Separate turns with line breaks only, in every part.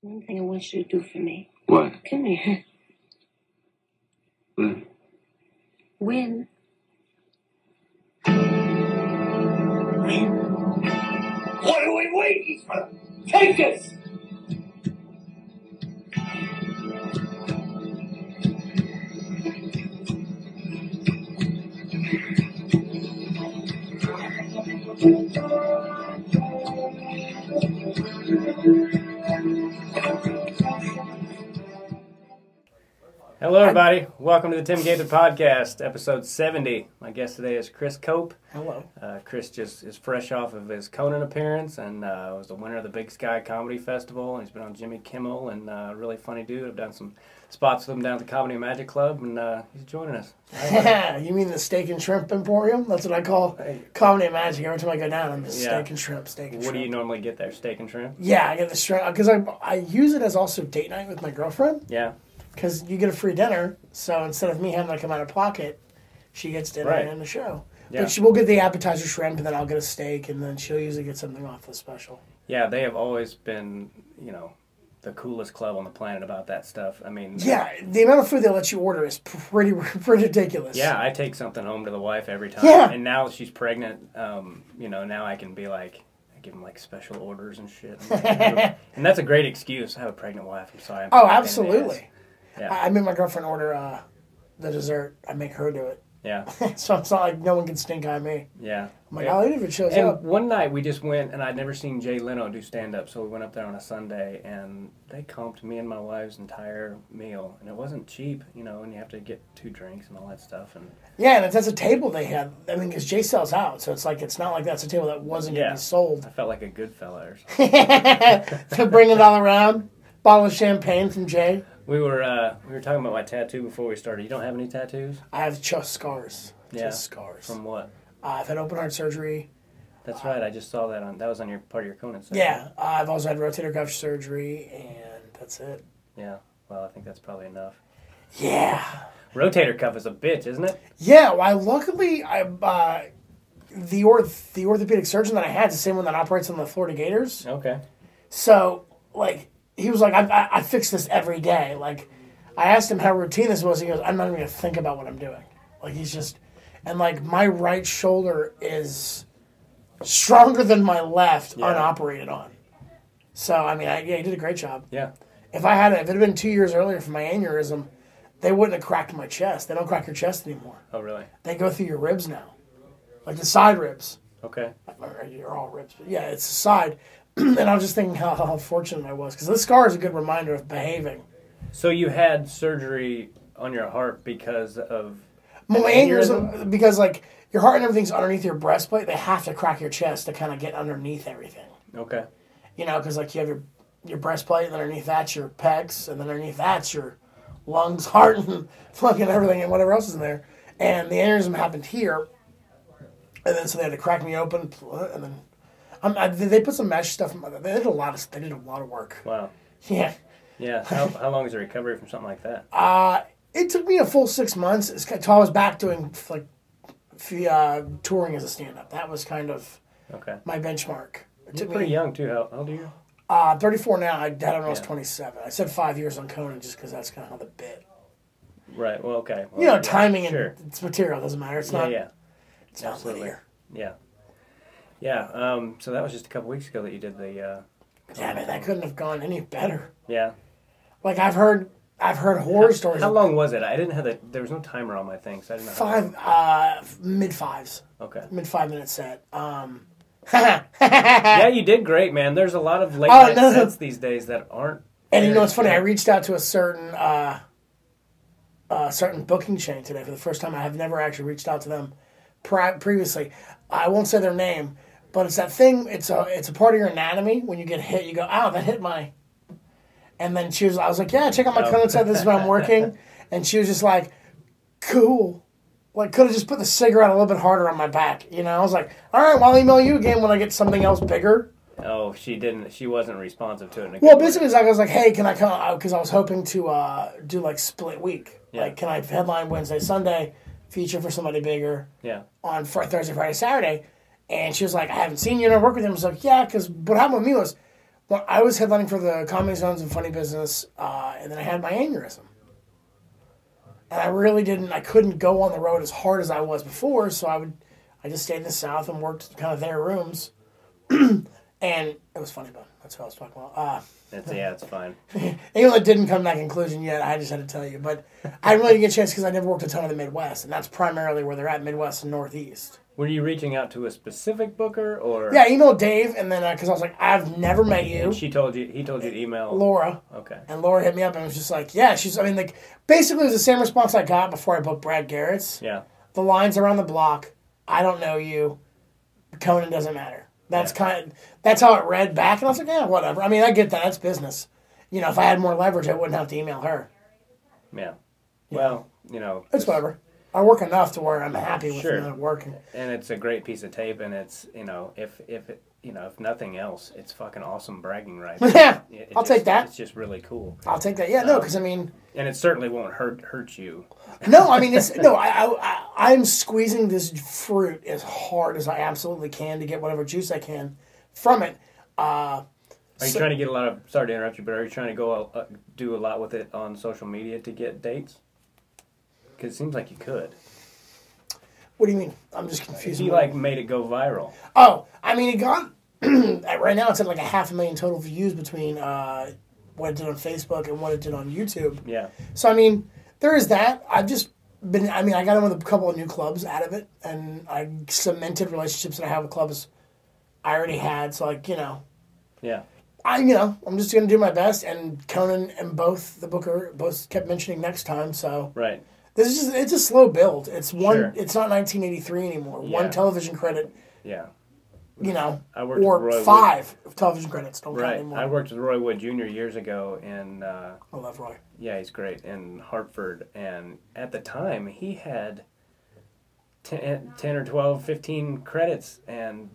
One thing I want you to do for me.
What?
Come here.
What?
Win. Win.
What are we waiting for? Take us!
Hello, everybody. Welcome to the Tim Gaither Podcast, episode 70. My guest today is Chris Cope.
Hello.
Uh, Chris just is fresh off of his Conan appearance and uh, was the winner of the Big Sky Comedy Festival. He's been on Jimmy Kimmel and uh, really funny dude. I've done some spots with him down at the Comedy Magic Club, and uh, he's joining us.
you mean the steak and shrimp emporium? That's what I call comedy and magic. Every time I go down, I'm just
Yeah.
steak and shrimp, steak and
What
shrimp.
do you normally get there? Steak and shrimp?
yeah, I get the shrimp because I I use it as also date night with my girlfriend
Yeah.
because you get a free dinner. So instead of me having to come out of pocket, she gets dinner
Right.
and a show.
Yeah.
But she will get the appetizer shrimp, and then I'll get a steak, and then she'll usually get something off the special.
Yeah, they have always been, you know, the coolest club on the planet about that stuff. I mean,
Yeah, the amount of food they let you order is pretty pretty ridiculous.
Yeah, I take something home to the wife every time.
Yeah.
And now she's pregnant, um, you know, now I can be like, I give them like special orders and shit. and that's a great excuse. I have a pregnant wife. I'm sorry. I'm
Oh,
pregnant,
absolutely.
yes. Yeah.
I, I made my girlfriend order uh, the dessert. I make her do it.
Yeah.
so it's not like no one can stink on me.
Yeah.
I'm like, I'll eat it if it shows
And
up.
one night we just went, and I'd never seen Jay Leno do stand up, so we went up there on a Sunday, and they comped me and my wife's entire meal, and it wasn't cheap, you know, and you have to get two drinks and all that stuff, and
Yeah, and it's, that's a table they had. I mean, because Jay sells out, so it's like it's not like that's a table that wasn't
Yeah.
getting sold.
I felt like a good fella or something.
So bring it all around. Bottle of champagne from Jay.
we were uh, we were talking about my tattoo before we started. You don't have any tattoos?
I have just scars.
Yeah.
Just scars.
From what?
Uh, I've had open heart surgery.
That's right. I just saw that on that was on your part of your Conan. segment.
Yeah, uh, I've also had rotator cuff surgery, and that's it.
Yeah. Well, I think that's probably enough.
Yeah.
Rotator cuff is a bitch, isn't it?
Yeah, well, luckily, I uh, the orth the orthopedic surgeon that I had is the same one that operates on the Florida Gators.
Okay.
So, like, he was like, I, I, I fix this every day. Like, I asked him how routine this was. He goes, I'm not even going to think about what I'm doing. Like, he's just, and like, my right shoulder is stronger than my left
Yeah.
unoperated on. So, I mean, I, yeah, he did a great job.
Yeah.
If I had, if it had been two years earlier for my aneurysm, they wouldn't have cracked my chest. They don't crack your chest anymore.
Oh, really?
They go through your ribs now, like the side ribs
Okay.
or uh, you're all rips, but yeah, it's a side. and I was just thinking how, how fortunate I was because this scar is a good reminder of behaving.
So you had surgery on your heart because of
My
aneurysm?
aneurysm, because like your heart and everything's underneath your breastplate, they have to crack your chest to kind of get underneath everything.
okay.
You know, because like you have your your breastplate, and underneath that's your pecs, and then underneath that's your lungs, heart, and fucking everything, and whatever else is in there. And the aneurysm happened here, and then so they had to crack me open, and then I'm, I, they put some mesh stuff. They did a lot of they did a lot of work.
Wow.
Yeah.
Yeah. How how long is the recovery from something like that?
it took me a full six months It's kind- till I was back doing like f- uh, touring as a stand up. That was kind of
Okay.
my benchmark. It
You're
took
pretty
me
young too. How, how old are you?
uh, 34 now. I died when I was
Yeah.
27. I said five years on Conan just because that's kind of how the bit.
Right. Well, okay. Well,
You know,
Oh, yeah,
timing
Sure.
and it's material doesn't matter. It's
yeah.
not.
Yeah.
It's not
Absolutely.
linear.
Yeah. Yeah. Um. So that was just a couple weeks ago that you did the. Uh,
Damn it, that couldn't have gone any better.
yeah.
Like I've heard, I've heard horror stories.
How
of
long was it? I didn't have the. There was no timer on my thing, so I didn't know. how long-
Five, uh, mid fives,
Okay.
mid five minute set. Um,
Yeah, you did great, man. There's a lot of late
Oh,
night
no.
sets these days that aren't.
And you
very
know what's funny? I
good.
reached out to a certain uh, a certain booking chain today for the first time. I have never actually reached out to them pri- previously. I won't say their name, but it's that thing. It's a it's a part of your anatomy when you get hit. You go, "Ow, that hit my." And then she was. I was like, "Yeah, check out my clinic side. This is where I'm working." and she was just like, "Cool." Like could have just put the cigarette a little bit harder on my back, you know. I was like, "All right, well, I'll email you again when I get something else bigger."
Oh, she didn't. She wasn't responsive to it. in a
Well,
good way.
basically, it's like I was like, "Hey, can I come?" Because I was hoping to uh, do like split week.
Yeah.
Like, can I headline Wednesday, Sunday, feature for somebody bigger
Yeah.
on Fri Thursday, Friday, Saturday? And she was like, "I haven't seen you, and I work with him." I was like, "Yeah," because what happened with me was Well, I was headlining for the Comedy Zones and Funny Business, uh, and then I had my aneurysm. And I really didn't, I couldn't go on the road as hard as I was before, so I would, I just stayed in the South and worked kind of their rooms. and it was funny, bone. that's what I was talking about. Uh,
That's yeah, it's fine.
England didn't come to that conclusion yet. I just had to tell you, but I really didn't get a chance because I never worked a ton of the Midwest, and that's primarily where they're at, Midwest and Northeast.
Were you reaching out to a specific booker or?
Yeah, I emailed Dave, and then because I was like, I've never met you,
She told you. He told you to email.
Laura,
Okay.
and Laura hit me up and was just like, Yeah, she's. I mean, like basically it was the same response I got before I booked Brad Garrett's.
Yeah.
The lines are on the block. I don't know you. Conan doesn't matter. That's kind. that's how it read back, and I was like, Yeah, whatever. I mean, I get that. That's business. You know, if I had more leverage, I wouldn't have to email her.
Yeah. Well, you know.
It's whatever. I work enough to where I'm happy with
Sure.
not working.
And it's a great piece of tape, and it's you know if if it, you know if nothing else, it's fucking awesome bragging rights.
Yeah,
It- it
I'll
just-
take that.
It's Um, just really cool,
I'll take that. Yeah, no, because I mean,
and it certainly won't hurt hurt you.
no, I mean it's no. I, I- I I'm squeezing this fruit as hard as I absolutely can to get whatever juice I can from it. Uh,
Are you
So-
trying to get a lot of? Sorry to interrupt you, but are you trying to go uh, do a lot with it on social media to get dates? Because it seems like you could.
what do you mean? I'm just
If
confused.
you like made it go viral,
Oh, I mean, it got right now. It's at like a half a million total views between uh, what it did on Facebook and what it did on YouTube.
yeah.
So I mean, there is that. I've just been. I mean, I got in with a couple of new clubs out of it, and I cemented relationships that I have with clubs I already had. So like, you know,
Yeah.
I you know, I'm just gonna do my best. And Conan and both the Booker both kept mentioning next time. So
Right.
this is just, it's a slow build. It's one.
Sure.
It's not 1983 anymore.
Yeah.
One television credit.
Yeah.
You know,
I worked with
or
Roy Wood.
five television credits don't count
Right.
anymore.
I worked with Roy Wood Jr. years ago in uh,
I love Roy.
Yeah, he's great in Hartford. And at the time, he had 10, 10 or 12, 15 credits. And,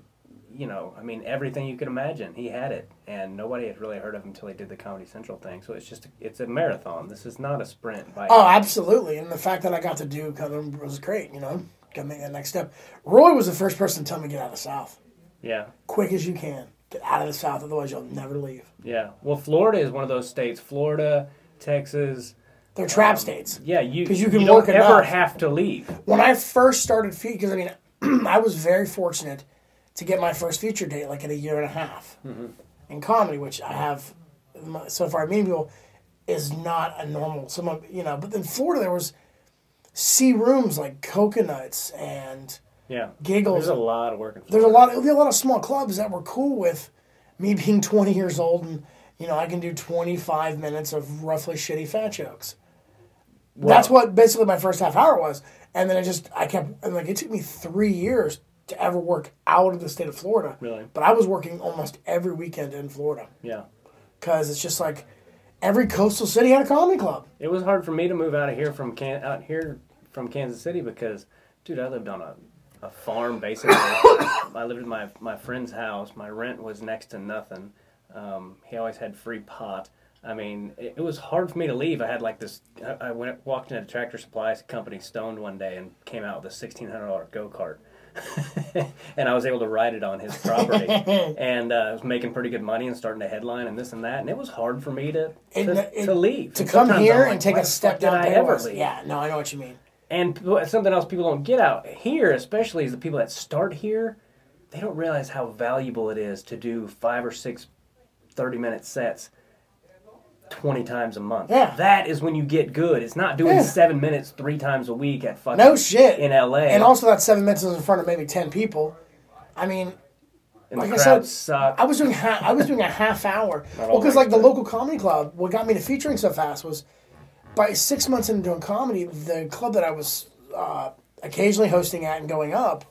you know, I mean, everything you could imagine, he had it. And nobody had really heard of him until he did the Comedy Central thing. So it's just, it's a marathon. This is not a sprint. By
Oh, absolutely. And the fact that I got to do Conan was great, you know. Gotta make that next step. Roy was the first person to tell me get out of the South.
Yeah.
Quick as you can. Get out of the South, otherwise you'll never leave.
Yeah. Well, Florida is one of those states. Florida, Texas.
They're trap states.
Yeah, you,
'Cause you can
don't
work it
ever
up.
have to leave.
When I first started feet, because I mean, I was very fortunate to get my first feature date like in a year and a half in comedy, which I have so far. Meeting people is not a normal. Someone you know, but in Florida there was sea rooms like coconuts and
Yeah.
giggles
There's a lot of work in
there's
Florida.
a lot of, a lot of small clubs that were cool with me being 20 years old and you know I can do 25 minutes of roughly shitty fat jokes. That's what basically my first half hour was, and then I just I kept and like it took me three years to ever work out of the state of Florida.
Really?
but I was working almost every weekend in Florida
Yeah.
because it's just like every coastal city had a comedy club.
It was hard for me to move out of here from Can- out here from Kansas City because, dude, I lived on a, a farm basically. I lived at my my friend's house. My rent was next to nothing. Um, he always had free pot. I mean, it, it was hard for me to leave. I had like this. I, I went walked into Tractor Supplies Company stoned one day and came out with a sixteen hundred dollar go kart. and I was able to ride it on his property, and uh, I was making pretty good money and starting to headline and this and that. And it was hard for me to
It-
to,
it-
to leave
To
And
come
sometimes
here
I'm
and
like,
take
"Why
a
the
step
fuck did
down
I
there,
ever leave?
yeah, no, I know what you mean.
And p- something else people don't get out here, especially is the people that start here, they don't realize how valuable it is to do five or six 30 minute sets 20 times a month.
Yeah.
That is when you get good. It's not doing
Yeah.
seven minutes three times a week at fucking
No shit.
in LA.
And also that seven minutes is in front of maybe ten people. I mean,
and the
like I
crowds
said,
suck.
I was doing ha- I was doing a half hour. Well,
all
because
like
like the
that.
local comedy club, what got me to featuring so fast was by six months into doing comedy, the club that I was uh, occasionally hosting at and going up.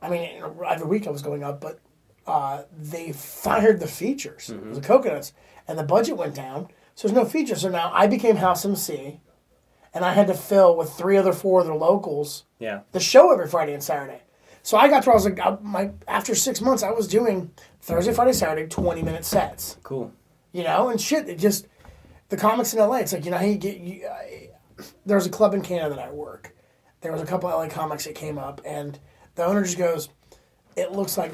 I mean, every week I was going up, but uh, they fired the features,
Mm-hmm.
the coconuts, and the budget went down. So there's no features. So now I became house MC, and I had to fill with three other four other locals
yeah.
the show every Friday and Saturday. So I got to where I was like, I, my after six months, I was doing Thursday, Friday, Saturday, twenty minute sets.
Cool.
You know, and shit, it just the comics in LA. It's like you know how you get. You, I, there was a club in Canada that I work. There was a couple LA comics that came up, and the owner just goes, "It looks like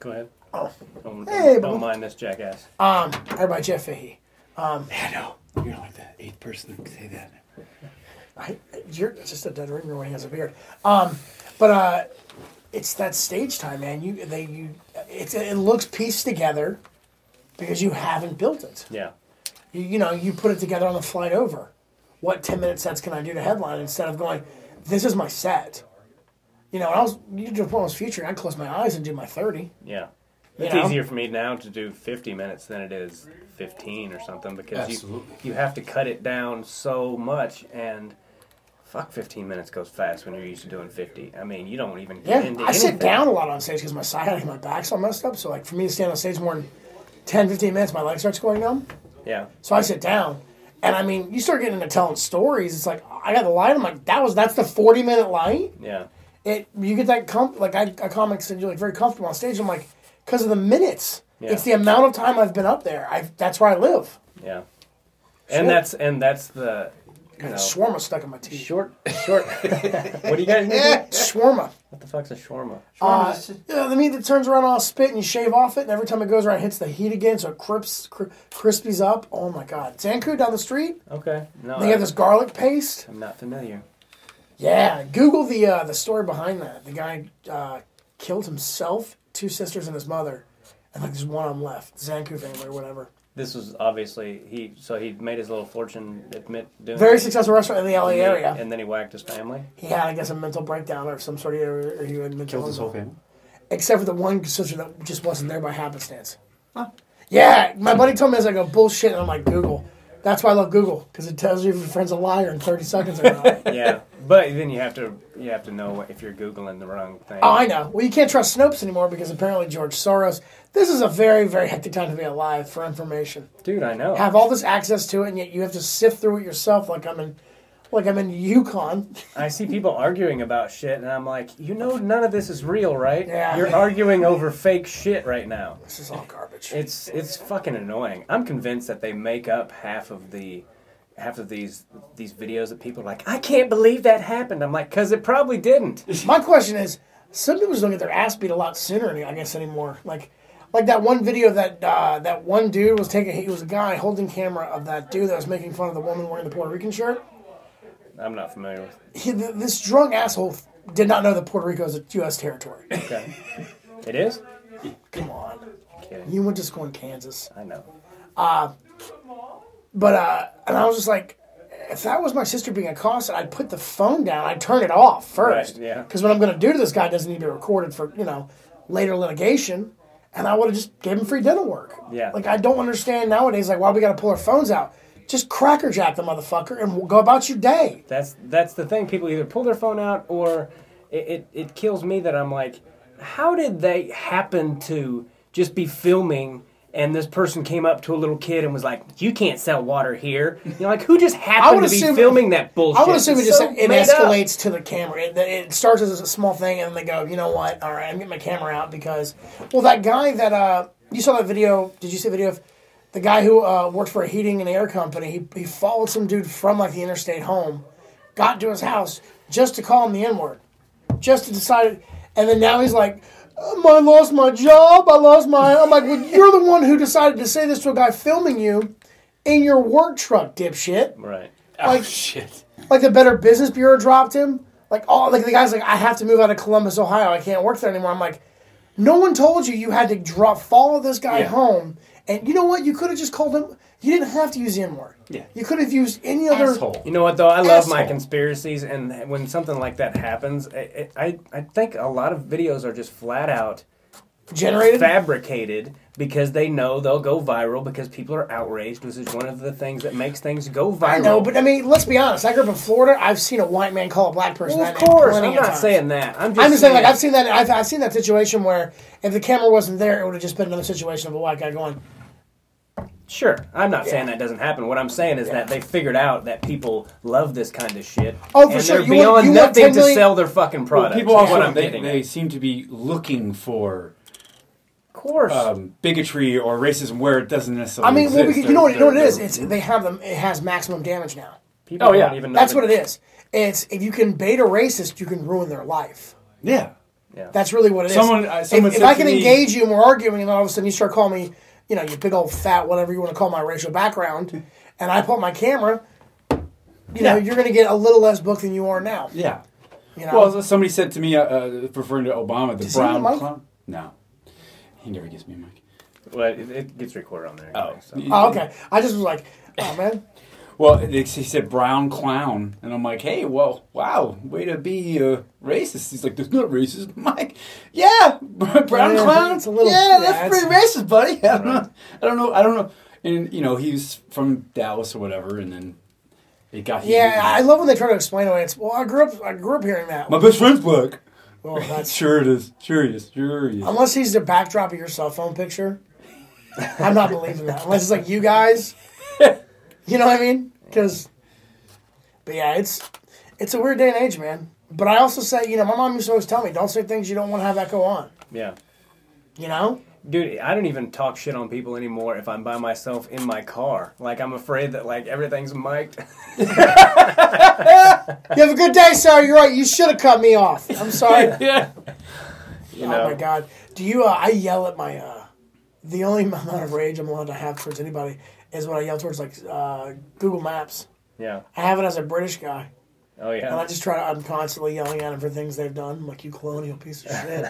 Go ahead. Don't,
Oh. Hey,
don't,
bro.
don't mind this jackass.
Um, or by Jeff Fahey.
I know. You're like the eighth person to say that.
I, you're just a dead ringer when he has a beard. Um, but uh, it's that stage time, man. You they you it's it looks pieced together because you haven't built it.
Yeah.
You, you know you put it together on the flight over. What ten minute sets can I do to headline instead of going? This is my set. You know, when I was you do Diploma's future. I'd close my eyes and do my thirty.
Yeah. It's
know?
easier for me now to do 50 minutes than it is 15 or something because you,
Absolutely.
you have to cut it down so much and fuck 15 minutes goes fast when you're used to doing 50. I mean, you don't even
Yeah,
get into
I sit
anything.
down a lot on stage because my sciatic, and my back's all messed up. So like for me to stand on stage more than 10, 15 minutes, my legs starts going numb.
Yeah.
So I sit down, and I mean, you start getting into telling stories. It's like I got the line. I'm like, that was that's the forty minute line.
Yeah.
It you get that com- like I, I comic said you're like very comfortable on stage. I'm like because of the minutes.
Yeah.
It's the amount of time I've been up there. I that's where I live.
Yeah. And that's and that's the you know,
Shawarma stuck in my teeth.
short short. what do you guys need?
Shawarma.
What the fuck's a shawarma?
Uh, yeah, the meat that turns around all spit and you shave off it, and every time it goes around, it hits the heat again, so it crisps, cr- crispies up. Oh my god! Zanku down the street,
Okay. No.
they have this garlic paste.
I'm not familiar.
Yeah, Google the uh, the story behind that. The guy uh, killed himself, two sisters, and his mother, and like there's one of them left, Zanku family or whatever.
This was obviously he. So he made his little fortune admit doing
Very
it.
successful restaurant in the LA area.
And then he whacked his family.
He had, I guess, a mental breakdown or some sort of or, or he had mental
Killed his whole family.
except for the one sister that just wasn't there by happenstance. Yeah, my buddy told me as I go bullshit, and I'm like Google. That's why I love Google because it tells you if your friend's a liar in 30 seconds or not.
Yeah, but then you have to you have to know if you're googling the wrong thing.
Oh, I know. Well, you can't trust Snopes anymore because apparently George Soros. This is a very, very hectic time to be alive for information.
Dude, I know.
Have all this access to it, and yet you have to sift through it yourself. Like I'm in, like I'm in Yukon.
I see people arguing about shit, and I'm like, you know, none of this is real, right?
Yeah.
You're arguing over fake shit right now.
This is all garbage.
It's it's fucking annoying. I'm convinced that they make up half of the half of these these videos that people are like, I can't believe that happened. I'm like, cause it probably didn't.
My question is, some people just don't get their ass beat a lot sooner. I guess anymore. Like, like that one video that uh, that one dude was taking. He was a guy holding camera of that dude that was making fun of the woman wearing the Puerto Rican shirt.
I'm not familiar with.
He, th- this drunk asshole did not know that Puerto Rico is a U.S. territory.
Okay. It is.
Come on.
Kidding.
You went to school in Kansas.
I know.
But uh and I was just like if that was my sister being accosted, I'd put the phone down, I'd turn it off first.
Right, yeah.
Because what I'm gonna do to this guy doesn't need to be recorded for, you know, later litigation. And I would have just gave him free dental work.
Yeah.
Like I don't understand nowadays like why we gotta pull our phones out. Just crackerjack the motherfucker and we'll go about your day.
That's that's the thing. People either pull their phone out or it, it, it kills me that I'm like, how did they happen to just be filming and this person came up to a little kid and was like, "You can't sell water here." You're like, who just
would
happened to be
assume-
filming that bullshit?
I would assume it
It's
just
so
it
made up.
escalates to the camera. It, it starts as a small thing, and they go, you know what? All right, I'm getting my camera out because, well, that guy that uh, you saw that video. Did you see the video of the guy who uh, worked for a heating and air company? He he followed some dude from like the interstate home, got to his house just to call him the N word, just to decide. And then now he's like. um, I lost my job. I lost my. I'm like, well, you're the one who decided to say this to a guy filming you in your work truck, dipshit.
Right.
Oh
Like-
shit!
Like the Better Business Bureau dropped him. Like all like the guy's like, I have to move out of Columbus, Ohio. I can't work there anymore. I'm like, no one told you you had to drop follow this guy
Yeah.
home. And you know what? You could have just called him. You didn't have to use the N word.
Yeah.
You could have used any other.
Asshole.
You know what though? I love my
Asshole.
conspiracies, and when something like that happens, I I, I think a lot of videos are just flat out
Generated.
fabricated because they know they'll go viral because people are outraged, which is one of the things that makes things go viral.
I know, but I mean, let's be honest. I grew up in Florida. I've seen a white man call a black person.
Well,
that
of
name
course,
plenty
I'm
of
not
times.
saying that. I'm just,
I'm just saying, like I've
saying-
seen that. I've, I've seen that situation where if the camera wasn't there, it would have just been another situation of a white guy going,
sure. I'm not saying that doesn't happen. What I'm saying is that they figured out that people love this kind of shit.
Oh, for
and
sure.
They're
You want-
beyond
you want
nothing
10
to
million-
sell their fucking product.
people
is what
also
I'm
they,
getting
they
at.
seem to be looking for
Of course.
um, bigotry or racism where it doesn't necessarily.
"I mean, well,
exist.
because you know what? You know what it
They're-
is?
they're-
It's they have them. It has maximum damage now.
people
oh, yeah.
don't even know
That's
the-
what it is. It's if you can bait a racist, you can ruin their life.
yeah.
Yeah.
That's really what it is.
Someone- uh, someone
if if
said
I
to
can
me-
engage you and we're arguing, and all of a sudden you start calling me, you know, you big old fat, whatever you want to call my racial background, and I put my camera, you know,
Yeah.
you're going to get a little less booked than you are now.
Yeah.
You know,
Well, somebody said to me, uh, uh, referring to Obama, the
Does he have a
brown
mic?
clown. No, he never gives me a mic.
Well, it, it gets recorded on there. Anyway, so.
oh, okay. I just was like, oh man,
Well, they- he said brown clown, and I'm like, hey, well, wow, way to be uh, racist. He's like, that's not racist, Mike. Yeah, brown
Yeah,
clown.
it's a little-
yeah, that's
yeah,
pretty racist, buddy. I don't know. I don't know. I don't know. And you know, he's from Dallas or whatever, and then it got.
yeah. I love when they try to explain away. It's well, I grew up, I grew up hearing that.
my best friend's black.
Well, that's
Sure it is. Sure he is. Sure he is.
unless he's the backdrop of your cell phone picture. I'm not believing that unless it's like you guys. You know what I mean? Because, but yeah, it's it's a weird day and age, man. But I also say, you know, my mom used to always tell me, don't say things you don't want to have echo on.
yeah.
You know?
Dude, I don't even talk shit on people anymore if I'm by myself in my car. Like, I'm afraid that, like, everything's mic'd.
You have a good day, sir. You're right. You should have cut me off. I'm sorry.
yeah.
You know?
Oh my god! Do you? Uh, I yell at my. Uh, the only amount of rage I'm allowed to have towards anybody is what I yell towards like uh, Google Maps.
Yeah.
I have it as a British guy,
Oh,
and I
yeah.
just try to. I'm constantly yelling at them for things they've done. I'm like you colonial piece of shit.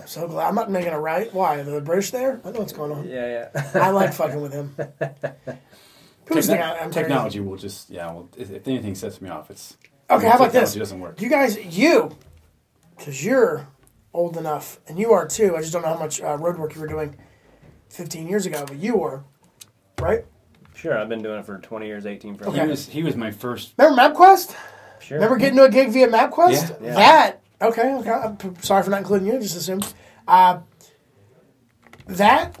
I'm so glad I'm not making a right. Why are the British there? I know what's going on.
Yeah, yeah.
I like fucking with him. People just think I- I'm crazy.
technology will just yeah. Well, if, if anything sets me off, it's
Okay, how about this?
Technology doesn't work.
You guys, you, because you're old enough, and you are too. I just don't know how much uh, road work you were doing 15 years ago, but you were, right?
Sure, I've been doing it for 20 years, 18 for
He was he was my first.
Remember MapQuest?
Sure.
Remember getting to a gig via MapQuest?
Yeah.
Yeah.
That, okay, okay. I'm p- sorry for not including you, I just assumed. Uh, that,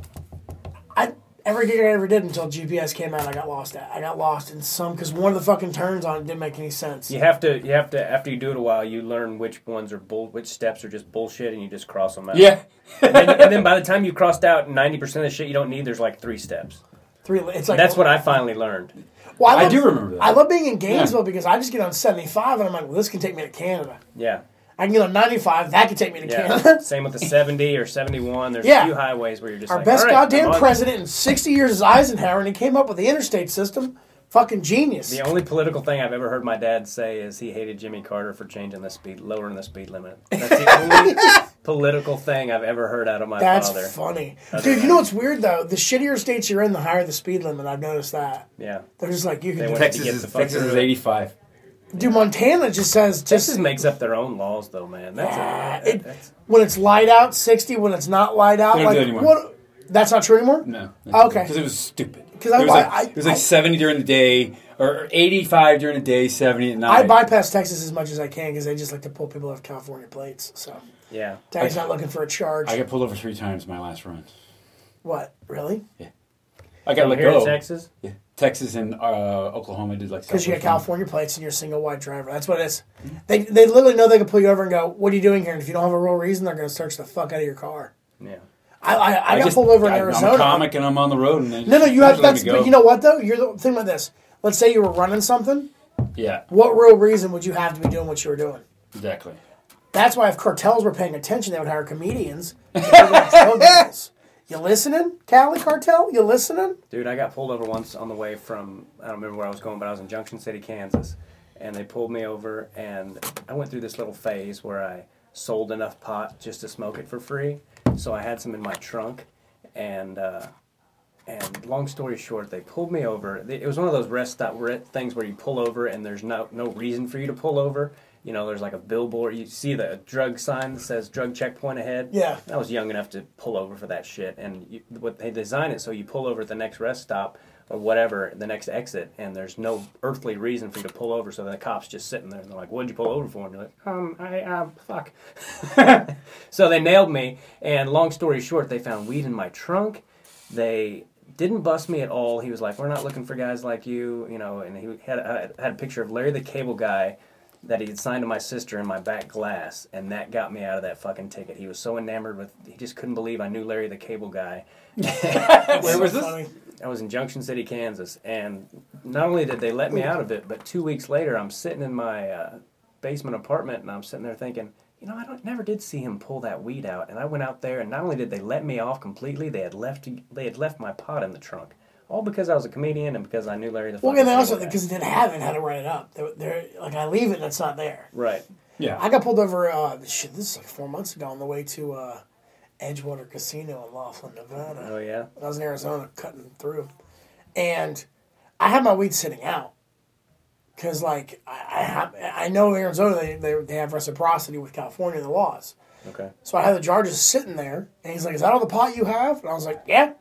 I every gig I ever did until GPS came out, I got lost at. I got lost in some, because one of the fucking turns on it didn't make any sense.
You have to, you have to, after you do it a while, you learn which ones are bull, which steps are just bullshit and you just cross them out.
Yeah.
and, then, and then by the time you crossed out 90% of the shit you don't need, there's like three steps.
Three, it's like
That's what I finally learned.
Well,
I do remember that.
I love being in Gainesville because I just get on 75 and I'm like, well, this can take me to Canada.
Yeah.
I can get on 95, that can take me to
Yeah.
Canada.
Same with the 70 or 71. There's
Yeah.
a few highways where you're just
Our
like,
best
"All right, I'm
goddamn
on."
president in 60 years is Eisenhower, and he came up with the interstate system. Fucking genius.
The only political thing I've ever heard my dad say is he hated Jimmy Carter for changing the speed, lowering the speed limit. That's the only political thing I've ever heard out of my
That's
father.
funny. Dude, you know what's weird though? The shittier states you're in, the higher the speed limit. I've noticed that.
yeah.
They're just like, you can
They
do
went-
it.
Texas
get
is
the fuck
Texas
through
is
it.
eighty five.
Dude, Montana just says, just
Texas makes up their own laws, though, man. That's
uh,
it.
it, when it's light out, 60, when it's not light out.
They don't do
like,
it anymore.
what? That's not true anymore?
No.
Okay.
Because it was stupid.
'Cause I-
it was like,
I-
it was like
I-
70 during the day, or 85 during the day, 70 at night.
I bypass Texas as much as I can because they just like to pull people off California plates. So
yeah.
Daddy's not looking for a charge.
I got pulled over three times my last run.
what? Really?
I got let
Here
go.
in Texas?
Yeah. Texas and uh, Oklahoma did like
Because you got
Southwest run.
California plates and you're a single white driver. That's what it is. They, they literally know they can pull you over and go, "What are you doing here?" And if you don't have a real reason, they're going to search the fuck out of your car.
Yeah.
I I, I, got
just-
pulled over in
I,
Arizona.
I'm a comic and I'm on the road. And they
No, no,
just-
you
they
have
just let
that's.
me go.
But you know what though? You're the thing about this. Let's say you were running something.
Yeah,
What real reason would you have to be doing what you were doing?
exactly.
That's why if cartels were paying attention, they would hire comedians. To figure out drug deals. You listening, Cali cartel? You listening?
Dude, I got pulled over once on the way from, I don't remember where I was going, but I was in Junction City, Kansas. And they pulled me over, and I went through this little phase where I sold enough pot just to smoke it for free. So I had some in my trunk. And, uh, and long story short, they pulled me over. They- It was one of those rest stop re- things where you pull over and there's no, no reason for you to pull over. You know, there's like a billboard. You see the drug sign that says drug checkpoint ahead.
Yeah.
I was young enough to pull over for that shit, and you, what they design it so you pull over at the next rest stop or whatever, the next exit, and there's no earthly reason for you to pull over. So the cops just sitting there, and they're like, "What'd you pull over for?" And you're like, "Um, I uh, fuck." so they nailed me, and long story short, they found weed in my trunk. They didn't bust me at all. He was like, "We're not looking for guys like you," you know, and he had uh, had a picture of Larry the Cable Guy that he had signed to my sister in my back glass, and that got me out of that fucking ticket. He was so enamored with, he just couldn't believe I knew Larry the Cable Guy.
Where was this?
Funny.
I was in Junction City, Kansas, and not only did they let me out of it, but two weeks later, I'm sitting in my uh, basement apartment, and I'm sitting there thinking, you know, I don't, never did see him pull that weed out. And I went out there, and not only did they let me off completely, they had left they had left my pot in the trunk, all because I was a comedian and because I knew Larry the.
Well,
Fucking
and they also
Cable Guy.
because they didn't have it, had to write it up. They're, they're like, I leave it, and it's not there.
right,
Yeah.
I got pulled over. Uh, shit, this is like four months ago on the way to uh, Edgewater Casino in Laughlin, Nevada.
oh yeah,
I was in Arizona cutting through, and I had my weed sitting out because, like, I I, have, I know in Arizona they, they they have reciprocity with California the laws.
okay,
So I had the jar just sitting there, and he's like, "Is that all the pot you have?" And I was like, "Yep."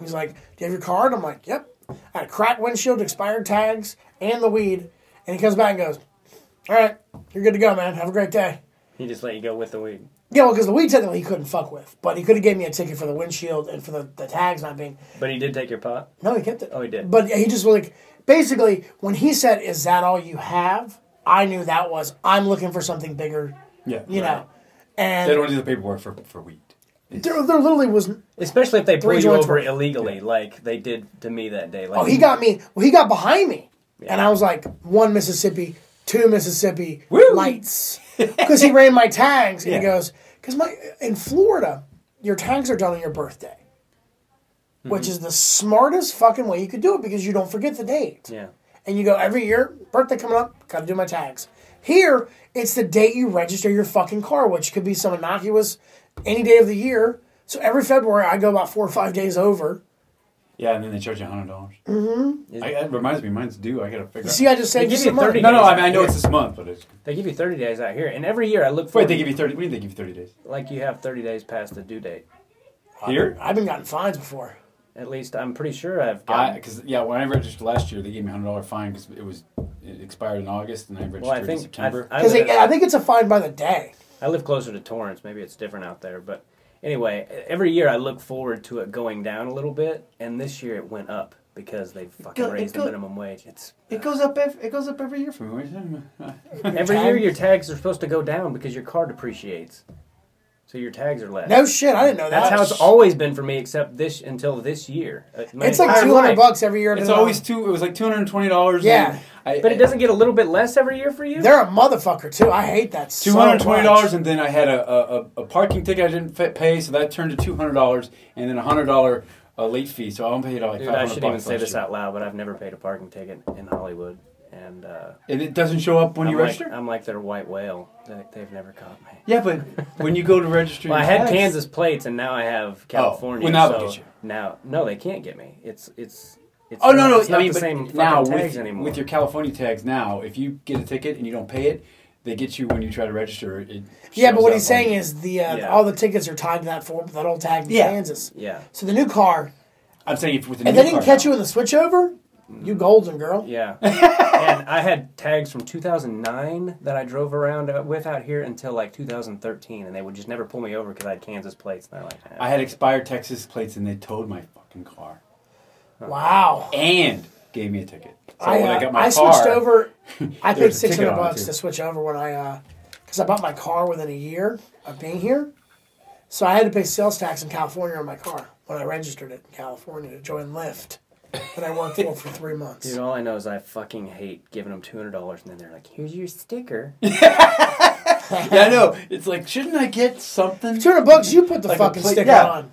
He's like, "Do you have your card?" I'm like, "Yep." I had a cracked windshield, expired tags, and the weed, and he comes back and goes, "All right, you're good to go, man. Have a great day."
he just let you go with the weed.
Yeah, well, because the weed technically he couldn't fuck with, but he could have gave me a ticket for the windshield and for the, the tags not being.
But he did take your pot.
No, he kept it.
Oh, he did.
But he just like basically when he said, "Is that all you have?" I knew that was I'm looking for something bigger,
Yeah.
you know. And
They don't do the paperwork for, for weed.
there, there literally was.
Especially if they bring
was
you
only
over
tw-
illegally, like they did to me that day. Like,
Oh, he got me. Well, he got behind me, and I was like one Mississippi, two Mississippi
Woo!
lights, because he ran my tags, and he
Yeah.
goes, "Because my in Florida, your tags are done on your birthday." Which is the smartest fucking way you could do it because you don't forget the date.
Yeah,
and you go every year, birthday coming up, gotta do my tags. Here, it's the date you register your fucking car, which could be some innocuous any day of the year. So every February, I go about four or five days over.
Yeah, and then they charge you hundred dollars. Mm-hmm. I, it reminds me, mine's due. I gotta figure.
See, I just saved you
give you
some money.
30
no, no. I mean, I know it's this month, but it's
they give you thirty days out here, and every year I look for
wait. They give you thirty. What do you think? Give you thirty days
like you have thirty days past the due date.
here?
I've been gotten fines before.
At least I'm pretty sure I've got.
Because yeah, when I registered last year, they gave me a hundred dollar fine because it was it expired in August, and I registered
well, I
in
think I,
September.
I
Because
live-
I think it's a fine by the day.
I live closer to Torrance. Maybe it's different out there. But anyway, every year I look forward to it going down a little bit, and this year it went up because they fucking
go- it
raised the
go-
minimum wage. It's
it goes up. Every, it goes up every year for me. What is that?
every year
tags-
your tags are supposed to go down because your car depreciates, so your tags are less.
No shit, I didn't know that.
That's how it's always been for me, except this until this year. Uh, my
It's like
entire
two hundred
life.
bucks every year. I've
It's
been
always
on.
two. It was like two hundred and twenty dollars.
Yeah.
But it doesn't get a little bit less every year for you.
They're a motherfucker too. I hate that. so
Two hundred twenty dollars,
much.
and then I had a, a, a- a parking ticket I didn't fa- pay, so that turned to two hundred dollars, and then a hundred dollar uh, late fee. So I'm paid like
Dude,
five
I
hundred
shouldn't even
bucks.
say
last
this
year.
out loud, but I've never paid a parking ticket in Hollywood, and uh,
And it doesn't show up when
I'm
you
like, uh,
register.
I'm like their white whale. They, they've never caught me.
yeah, but when you go to register,
Well, I
your
had
tax-
Kansas plates, and now I have California.
Oh, well, now
so
they'll get you.
Now, no, they can't get me. It's it's. it's
Oh no, no!
It's
I
not
mean,
the
but
same
now
fucking tags
with,
anymore.
with your California tags now, if you get a ticket and you don't pay it, they get you when you try to register. It
Yeah,
shows
but what
up
he's
on-
saying is the uh,
Yeah.
all the tickets are tied to that form, that old tag in
Yeah.
Kansas.
yeah,
So the new car,
I'm saying if with the
if
new
they didn't
car
catch
now-
you in the switchover, you golden girl.
yeah. and I had tags from 2009 that I drove around uh, with out here until like 2013, and they would just never pull me over because I had Kansas plates, and they're like, eh.
I had expired Texas plates and they towed my fucking car
Wow.
and gave me a ticket. So
I,
Oh, when
uh,
I got my
I
car,
switched over. I paid
There's a
six
ticket
hundred
on it,
bucks
too.
to switch over when I, because I bought my car within a year of being here, so I had to pay sales tax in California on my car when I registered it in California to join Lyft, and I worked for it for three months.
Dude, all I know is I fucking hate giving them two hundred dollars, and then they're like, "Here's your sticker."
Yeah, I know. It's like, shouldn't I get something?
Two hundred bucks, you put the
Like a
fucking
plate-
sticker
yeah.
on.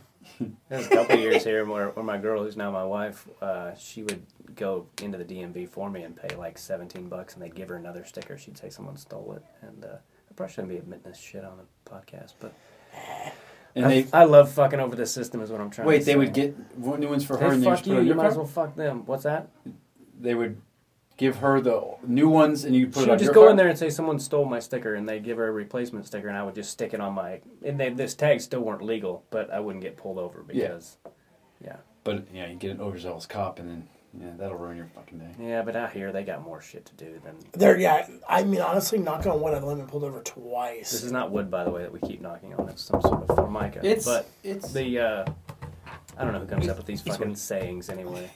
There's a couple years here where, where my girl, who's now my wife, uh, she would go into the DMV for me and pay like 17 bucks, and they'd give her another sticker. She'd say someone stole it, and uh, I probably shouldn't be admitting this shit on the podcast, but
And
I,
they
I love fucking over the system, is what I'm trying.
wait,
to
they
say.
would get new ones for her,
Hey,
and they would
fuck
put
you.
on
You
your
might
car?
as well fuck them. What's that?
They would give her the new ones, and you put
She
it on
would just
your
go
car?
in there and say someone stole my sticker, and they'd give her a replacement sticker, and I would just stick it on my. And they, this tag still weren't legal, but I wouldn't get pulled over because. yeah.
But yeah, you get an overzealous cop, and then yeah, that'll ruin your fucking day.
Yeah, but out here they got more shit to do than
There, yeah. I mean, honestly, knock on wood, I've only been pulled over
this
twice.
is not wood by the way that we keep knocking on. It's some sort of formica.
It's
but
it's
the uh, I don't know who comes up with these
It's
fucking
wood.
sayings anyway.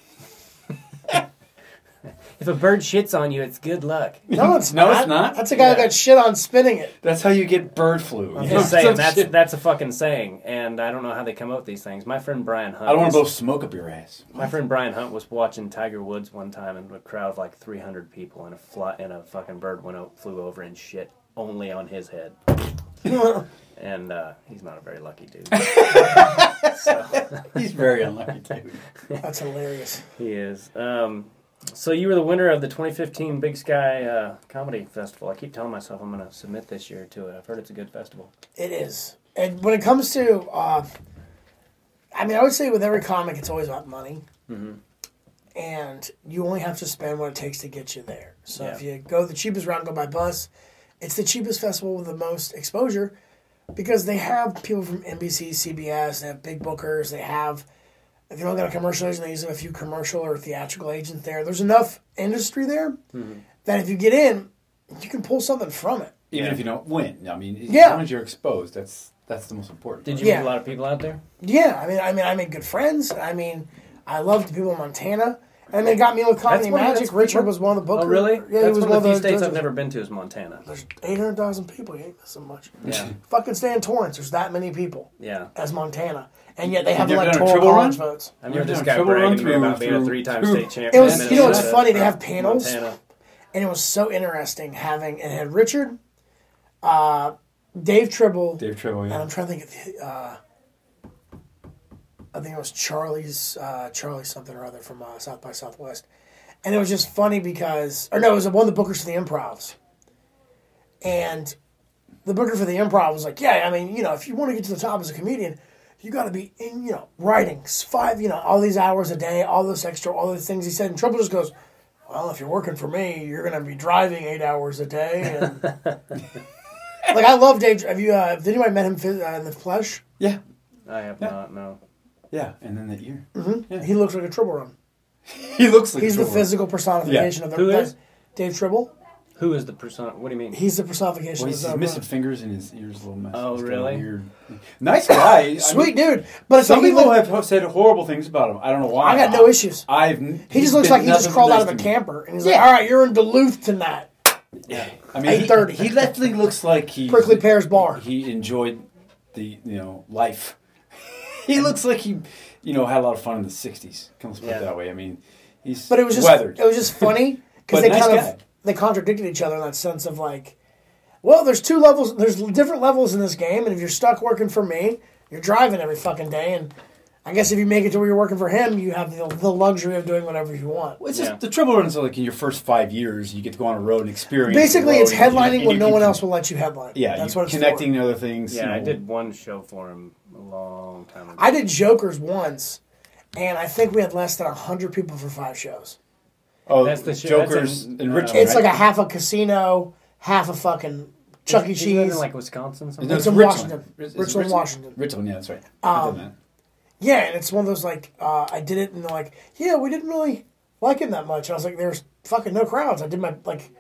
if a bird shits on you, it's good luck.
No, it's
No,
not.
it's not?
That's a guy that
Yeah.
got shit on spinning it.
that's how you get bird flu.
I'm
You
just
know,
saying
some
that's
shit.
that's a fucking saying, and I don't know how they come up with these things. My friend Brian Hunt.
I don't
was-
want to blow smoke up your ass.
My friend Brian Hunt was watching Tiger Woods one time in a crowd of like 300 people, and a fly, and a fucking bird went o- flew over and shit only on his head. and uh, he's not a very lucky dude.
He's very unlucky too.
That's hilarious.
he is. Um, so you were the winner of the 2015 Big Sky uh, Comedy Festival. I keep telling myself I'm going to submit this year to it. I've heard it's a good festival.
It is. And when it comes to, uh, I mean, I would say with every comic, it's always about money. And you only have to spend what it takes to get you there. So if
Yeah.
you go the cheapest route and go by bus, it's the cheapest festival with the most exposure because they have people from NBC, CBS, they have big bookers, they have, if you don't got a commercial agent, they usually have a few commercial or theatrical agents there. There's enough industry there that if you get in, you can pull something from it.
Even if you don't win, I mean,
Yeah.
as long as you're exposed, that's that's the most important.
Did
part.
you
Yeah.
meet a lot of people out there?
Yeah, I mean, I mean, I made good friends. I mean, I loved the people in Montana. I mean, it got me with Comedy
one of-
Magic.
that's-
Richard was one of the bookers.
Oh, really?
Yeah,
That's
he was
one of the few states
judges.
I've never been to is Montana.
There's eight hundred thousand people. You hate this so much.
Yeah,
Fucking Stan Torrance. There's that many people
yeah.
as Montana, and yet they have
They've done a
electoral
triple
college
run?
votes.
I remember
You've
this
done
guy
trouble run
bragging to me
through-
about being a
through-
three-time
through-
state champ.
It
in
was- you know, it's
Minnesota,
funny, they have panels.
Montana.
And it was so interesting having it had Richard, uh, Dave Tribble,
Dave Tribble,
and
yeah.
I'm trying to think of the, uh, I think it was Charlie's uh, Charlie something or other from uh, South by Southwest, and it was just funny because or no, it was one of the bookers for the Improvs, and the booker for the Improv was like, yeah, I mean, you know, if you want to get to the top as a comedian, you got to be in, you know, writing s- five, you know, all these hours a day, all this extra, all the things he said, and Tribble just goes. Well, if you're working for me, you're gonna be driving eight hours a day, and like I love Dave. Have you? Uh, did anybody met him phys- uh, in the flesh?
yeah,
I have not. No.
yeah, and then that year,
He looks like a Tribble Run.
he looks like
Mhm. He's
a
the
Tribble.
physical personification
Yeah.
of the
Who
that-
is?
Dave Tribble.
Who is the persona? What do you mean?
He's the personification
Well,
of
he's,
the
he's
Zone
missing
Run.
fingers and his ears a little messed.
Oh,
It's kinda
really?
Weird. Nice guy.
Sweet
I mean,
dude, but it's
Some
like he
people
look-
have ho- said horrible things about him. I don't know why.
I got no issues.
I've.
He just looks like he just crawled out of a
camp.
camper, and he's
Yeah.
like, "All right, you're in Duluth tonight,
I mean, he-
8:30.
He definitely looks like he
Prickly Pear's Bar."
He enjoyed the you know life. he looks like he you know had a lot of fun in the '60s. Can let's put
Yeah.
it that way. I mean, he's
But it was just
weathered.
it was just funny
But
because they
nice
kind
guy.
of they contradicted each other in that sense of like, well, there's two levels, there's different levels in this game, and if you're stuck working for me, you're driving every fucking day, and I guess if you make it to where you're working for him, you have the, the luxury of doing whatever you want.
Well, it's
Yeah.
just the trouble runs like in your first five years, you get to go on a road and experience. the
Basically,
road
it's
and you- and
headlining
you
when no
can-
one else will let you headline.
Yeah,
that's
you
what it's
connecting
For.
to other things.
Yeah,
you
I
know.
did one show for him a long time ago.
I did Joker's once, and I think we had less than hundred people for five shows.
Oh,
That's the shit- that's
Joker's
in-
in
uh,
Richmond.
It's
right?
like a half a casino, half a fucking Chuck E.
He's living
Cheese.
in like Wisconsin. Somewhere.
No,
It's in
Richland.
Washington.
Is- is it
Richland, Washington. Um,
Richland, yeah, that's right. I did that.
Yeah, and it's one of those like uh, I did it, and they're like, "Yeah, we didn't really like him that much." And I was like, "There's fucking no crowds." I did my like,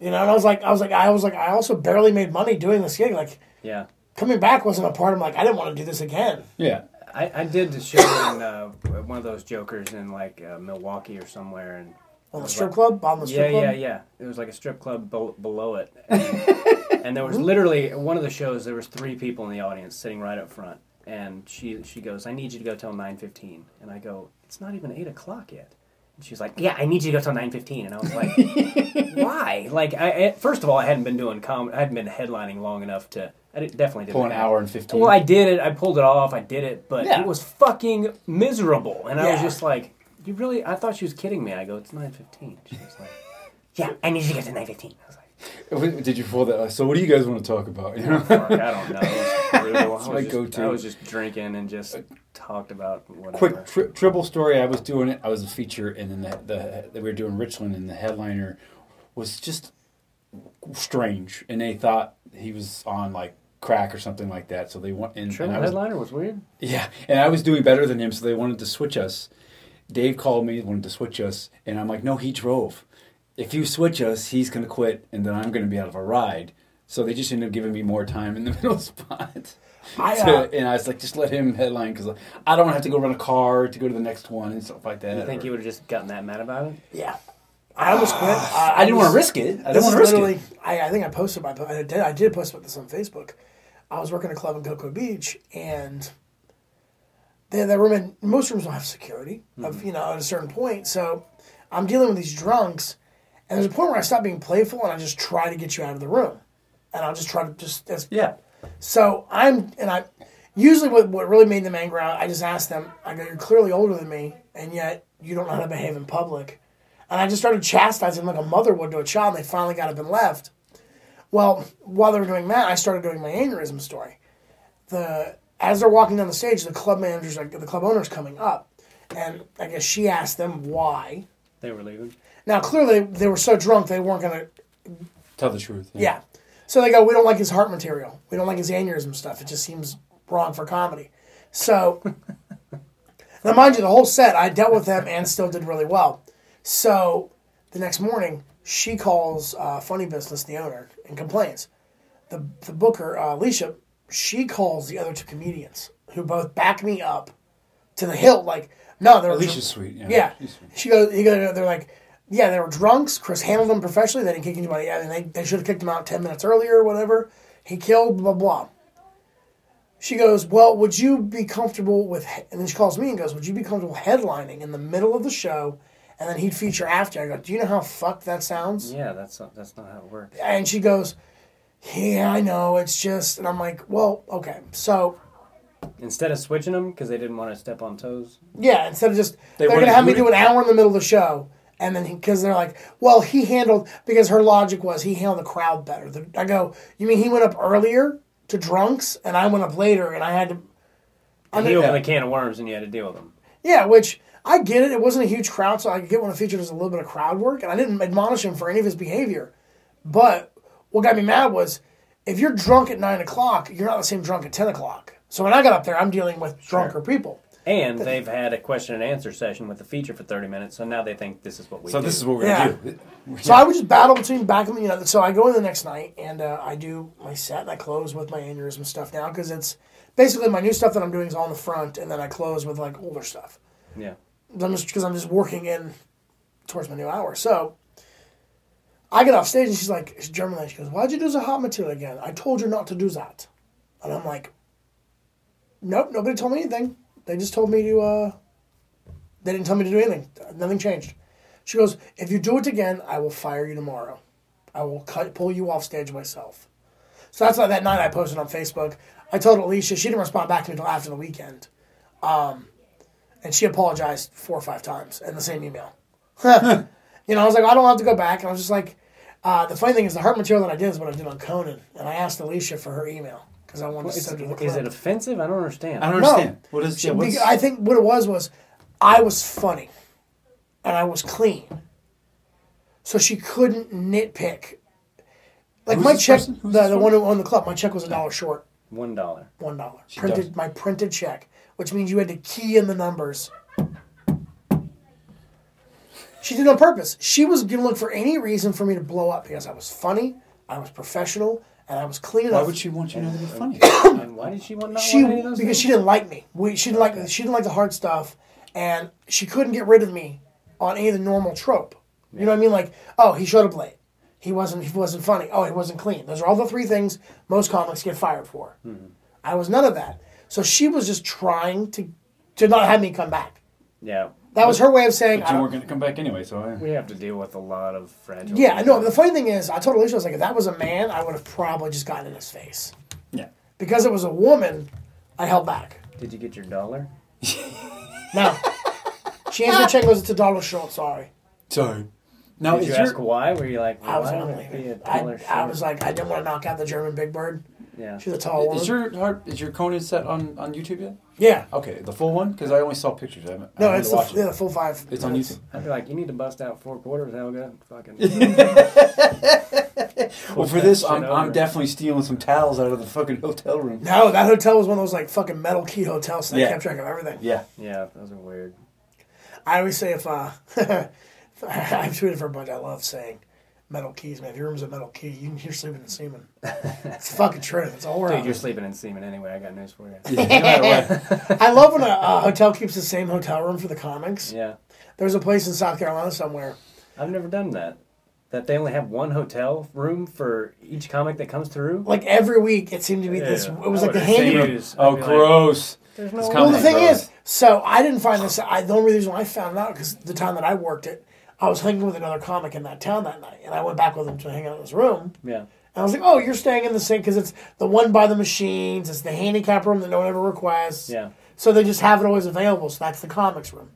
you know, and I was like, I was like, I was like, I also barely made money doing this gig. Like
Yeah,
coming back wasn't a part. I'm like, I didn't want to do this again.
Yeah.
I, I did the show in uh, one of those jokers in like uh, Milwaukee or somewhere, and
On the strip club, on the strip
yeah,
club.
yeah, yeah. It was like a strip club bel below it, and there was literally one of the shows. There was three people in the audience sitting right up front, and she she goes, "I need you to go till nine 15. and I go, "It's not even eight o'clock yet." And she's like, "Yeah, I need you to go till nine 15. and I was like, "Why?" Like, I, I first of all, I hadn't been doing com, I hadn't been headlining long enough to. I did, definitely didn't
Pull an
have-
hour and 15.
Well, I did it. I pulled it off. I did it, but
Yeah.
it was fucking miserable, and I was
Yeah.
just like, "You really?" I thought she was kidding me. I go, "It's 9.15. She was like, "Yeah, I need you to get to 9.15. I was like,
Wait, Did you pull that? like, So, what do you guys want to talk about? You know?
"Fuck, I don't know." It was brutal. I,
my
was just,
go-to.
I was just drinking and just talked about whatever.
Quick tri- triple story. I was doing it. I was a feature, and then the, the, we were doing Richland, and the headliner was just strange, and they thought he was on like crack or something like that. So they went and,
Sure,
and I
the
was,
headliner was weird.
Yeah, and I was doing better than him, so they wanted to switch us. Dave called me, wanted to switch us, and I'm like, no, he drove. If you switch us, he's going to quit, and then I'm going to be out of a ride. So they just ended up giving me more time in the middle spot.
I,
So-
uh,
and I was like, just let him headline because I don't have to go run a car to go to the next one and stuff like that.
I think you would have just gotten that mad about it.
yeah. I almost quit. I,
I didn't
was-
want to risk it.
This
I didn't
is
want to risk
literally.
it.
I, I think I posted my. I did. I did post about this on Facebook. I was working at a club in Cocoa Beach, and the the room in most rooms will have security
Mm-hmm.
of you know at a certain point. So I'm dealing with these drunks, and there's a point where I stop being playful and I just try to get you out of the room, and I'll just try to just as
Yeah.
So I'm, and I, usually what, what really made them angry, I I just asked them, I go, you're clearly older than me, and yet you don't know how to behave in public. And I just started chastising like a mother would to a child, and they finally got up and left. Well, while they were doing that, I started doing my aneurysm story. The as they're walking down the stage, the club manager's like the club owner's coming up, and I guess she asked them why.
They were leaving.
Now clearly they were so drunk they weren't gonna
Tell the truth.
yeah. So they go, we don't like his heart material. We don't like his aneurysm stuff. It just seems wrong for comedy. So, now mind you, the whole set, I dealt with them and still did really well. So the next morning, she calls uh, Funny Business, the owner, and complains. The, the booker, uh, Alicia, she calls the other two comedians who both back me up to the hilt. Like, no, they're
Alicia's sweet. Yeah.
yeah.
She's sweet.
She goes, he goes, they're like, yeah, they were drunks. Chris handled them professionally. They didn't kick anybody out. And they, they should have kicked him out 10 minutes earlier or whatever. He killed, blah, blah. She goes, well, would you be comfortable with, and then she calls me and goes, would you be comfortable headlining in the middle of the show? And then he'd feature after. I go, do you know how fucked that sounds?
Yeah, that's not, that's not how it works.
And she goes, yeah, I know. It's just, and I'm like, well, okay. So,
Instead of switching them because they didn't want to step on toes.
Yeah, instead of just they
They
are
wanted
going to have me
you to-
do an hour in the middle of the show, and then because they're like, well, he handled because her logic was he handled the crowd better. The- I go, you mean he went up earlier to drunks, and I went up later, and I had to, I
He
mean,
opened a can of worms and you had to deal with them.
yeah, which I get it. It wasn't a huge crowd, so I could get one of featured as a little bit of crowd work, and I didn't admonish him for any of his behavior. But what got me mad was if you're drunk at nine o'clock, you're not the same drunk at ten o'clock. So when I got up there, I'm dealing with drunker people.
And they've had a question and answer session with the feature for 30 minutes, so now they think this is what we
So
do.
this is what we're
Yeah.
gonna do.
So I would just battle between back and the other. So I go in the next night and uh, I do my set and I close with my aneurysm stuff now because it's basically my new stuff that I'm doing is all in the front and then I close with like older stuff.
Yeah.
I'm just because I'm just working in towards my new hour. So I get off stage and she's like, she's German lady. She goes, "Why'd you do the hot material again? I told you not to do that." And I'm like, "Nope, nobody told me anything. They just told me to. uh They didn't tell me to do anything. Nothing changed." She goes, "If you do it again, I will fire you tomorrow. I will cut pull you off stage myself." So that's why that night I posted on Facebook. I told Alicia she didn't respond back to me until after the weekend Um, and she apologized four or five times in the same email. you know, I was like, I don't have to go back. And I was just like, uh, the funny thing is, the heart material that I did is what I did on Conan, and I asked Alicia for her email because I wanted to
Is,
send her the
is
clip.
it offensive? I don't understand.
I don't understand. What is yeah, what's,
Because I think what it was was I was funny and I was clean. So she couldn't nitpick. Like
Who's
my
this
check,
person? Who's
the,
this
the one
one?
who owned the club, my check was a dollar short,
One dollar.
one dollar.
does.
Printed my printed check, which means you had to key in the numbers. She did it on purpose. She was gonna look for any reason for me to blow up because I was funny, I was professional, and I was clean
why
enough.
would she want you to know that funny?
and why did she want
Oh,
not
she
want any of those
because
things?
she didn't like me. We, she didn't like she didn't like the hard stuff, and she couldn't get rid of me on any of the normal trope. You know what I mean? Like, oh, he showed up late. He wasn't. He wasn't funny. Oh, he wasn't clean. Those are all the three things most comics get fired for.
Hmm.
I was none of that. So she was just trying to to not have me come back.
Yeah.
That was her way of saying. I
you
don't-
weren't gonna come back anyway, so I,
We have to deal with a lot of fragile.
yeah, I know. The funny thing is, I told Alicia, I was like, if that was a man, I would have probably just gotten in his face.
yeah.
Because it was a woman, I held back.
Did you get your dollar?
No. She answered the check and goes, it's a dollar short, sorry.
Sorry. Now
Did
if
you
you're
ask why? Were you like, why
I was
would
only
it be a dollar
I, I
short?
was like, I didn't want to knock out the German big bird.
yeah.
She's a tall woman.
Is your heart is your Conan set on on YouTube yet?
yeah.
Okay, the full one because I only saw pictures. I haven't. I
No,
haven't
it's the,
watched
yeah,
it.
the full five.
It's on
minutes.
YouTube.
I'd be like, you need to bust out four quarters, Helga. Fucking.
Well, for
that
this,
shit
I'm, I'm
over.
definitely stealing some towels out of the fucking hotel room.
No, that hotel was one of those like fucking metal key hotels. So they
Yeah.
kept track of everything.
Yeah.
yeah, those are weird.
I always say if uh, I've tweeted for a bunch. I love saying metal keys, man. If your room's a metal key, you, you're sleeping in semen. it's fucking true. It's all
Dude, you're
around.
sleeping in semen anyway. I got news for you.
No matter what.
I love when a, a hotel keeps the same hotel room for the comics.
Yeah.
There's a place in South Carolina somewhere.
I've never done that. That they only have one hotel room for each comic that comes through.
Like every week, it seemed to be this. It was like the handy room.
Oh, gross.
There's no
It's
way.
comedy
Well, the thing
gross.
is, so I didn't find this. I, the only reason I found it out because the time that I worked it, I was hanging with another comic in that town that night, and I went back with him to hang out in his room.
Yeah.
And And I was like, oh, you're staying in the sink because it's the one by the machines. It's the handicap room that no one ever requests.
Yeah.
So they just have it always available. So that's the comics room.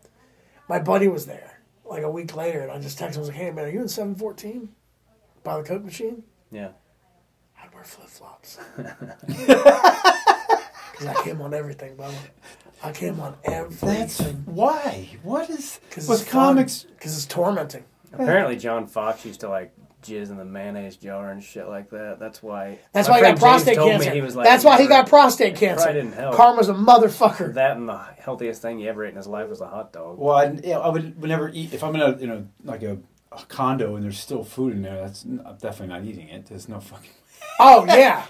My buddy was there like a week later, and I just texted him. I was like, hey, man, are you in 714 by the Coke machine?
Yeah.
I'd wear flip flops. Because I came on everything, Bubba. I came on everything.
why. What is
Because
with comics?
Because it's tormenting.
Apparently, John Fox used to like jizz in the mayonnaise jar and shit like that. That's why.
That's
My
why he
friend
got
James
prostate
told me
cancer.
he was like-
That's why he got prostate cancer.
didn't help.
Karma's a motherfucker.
That and the healthiest thing he ever ate in his life was a hot dog.
Well, I, yeah, I would, would never eat if I'm in a you know like a, a condo and there's still food in there. That's n- I'm definitely not eating it. There's no fucking
oh yeah,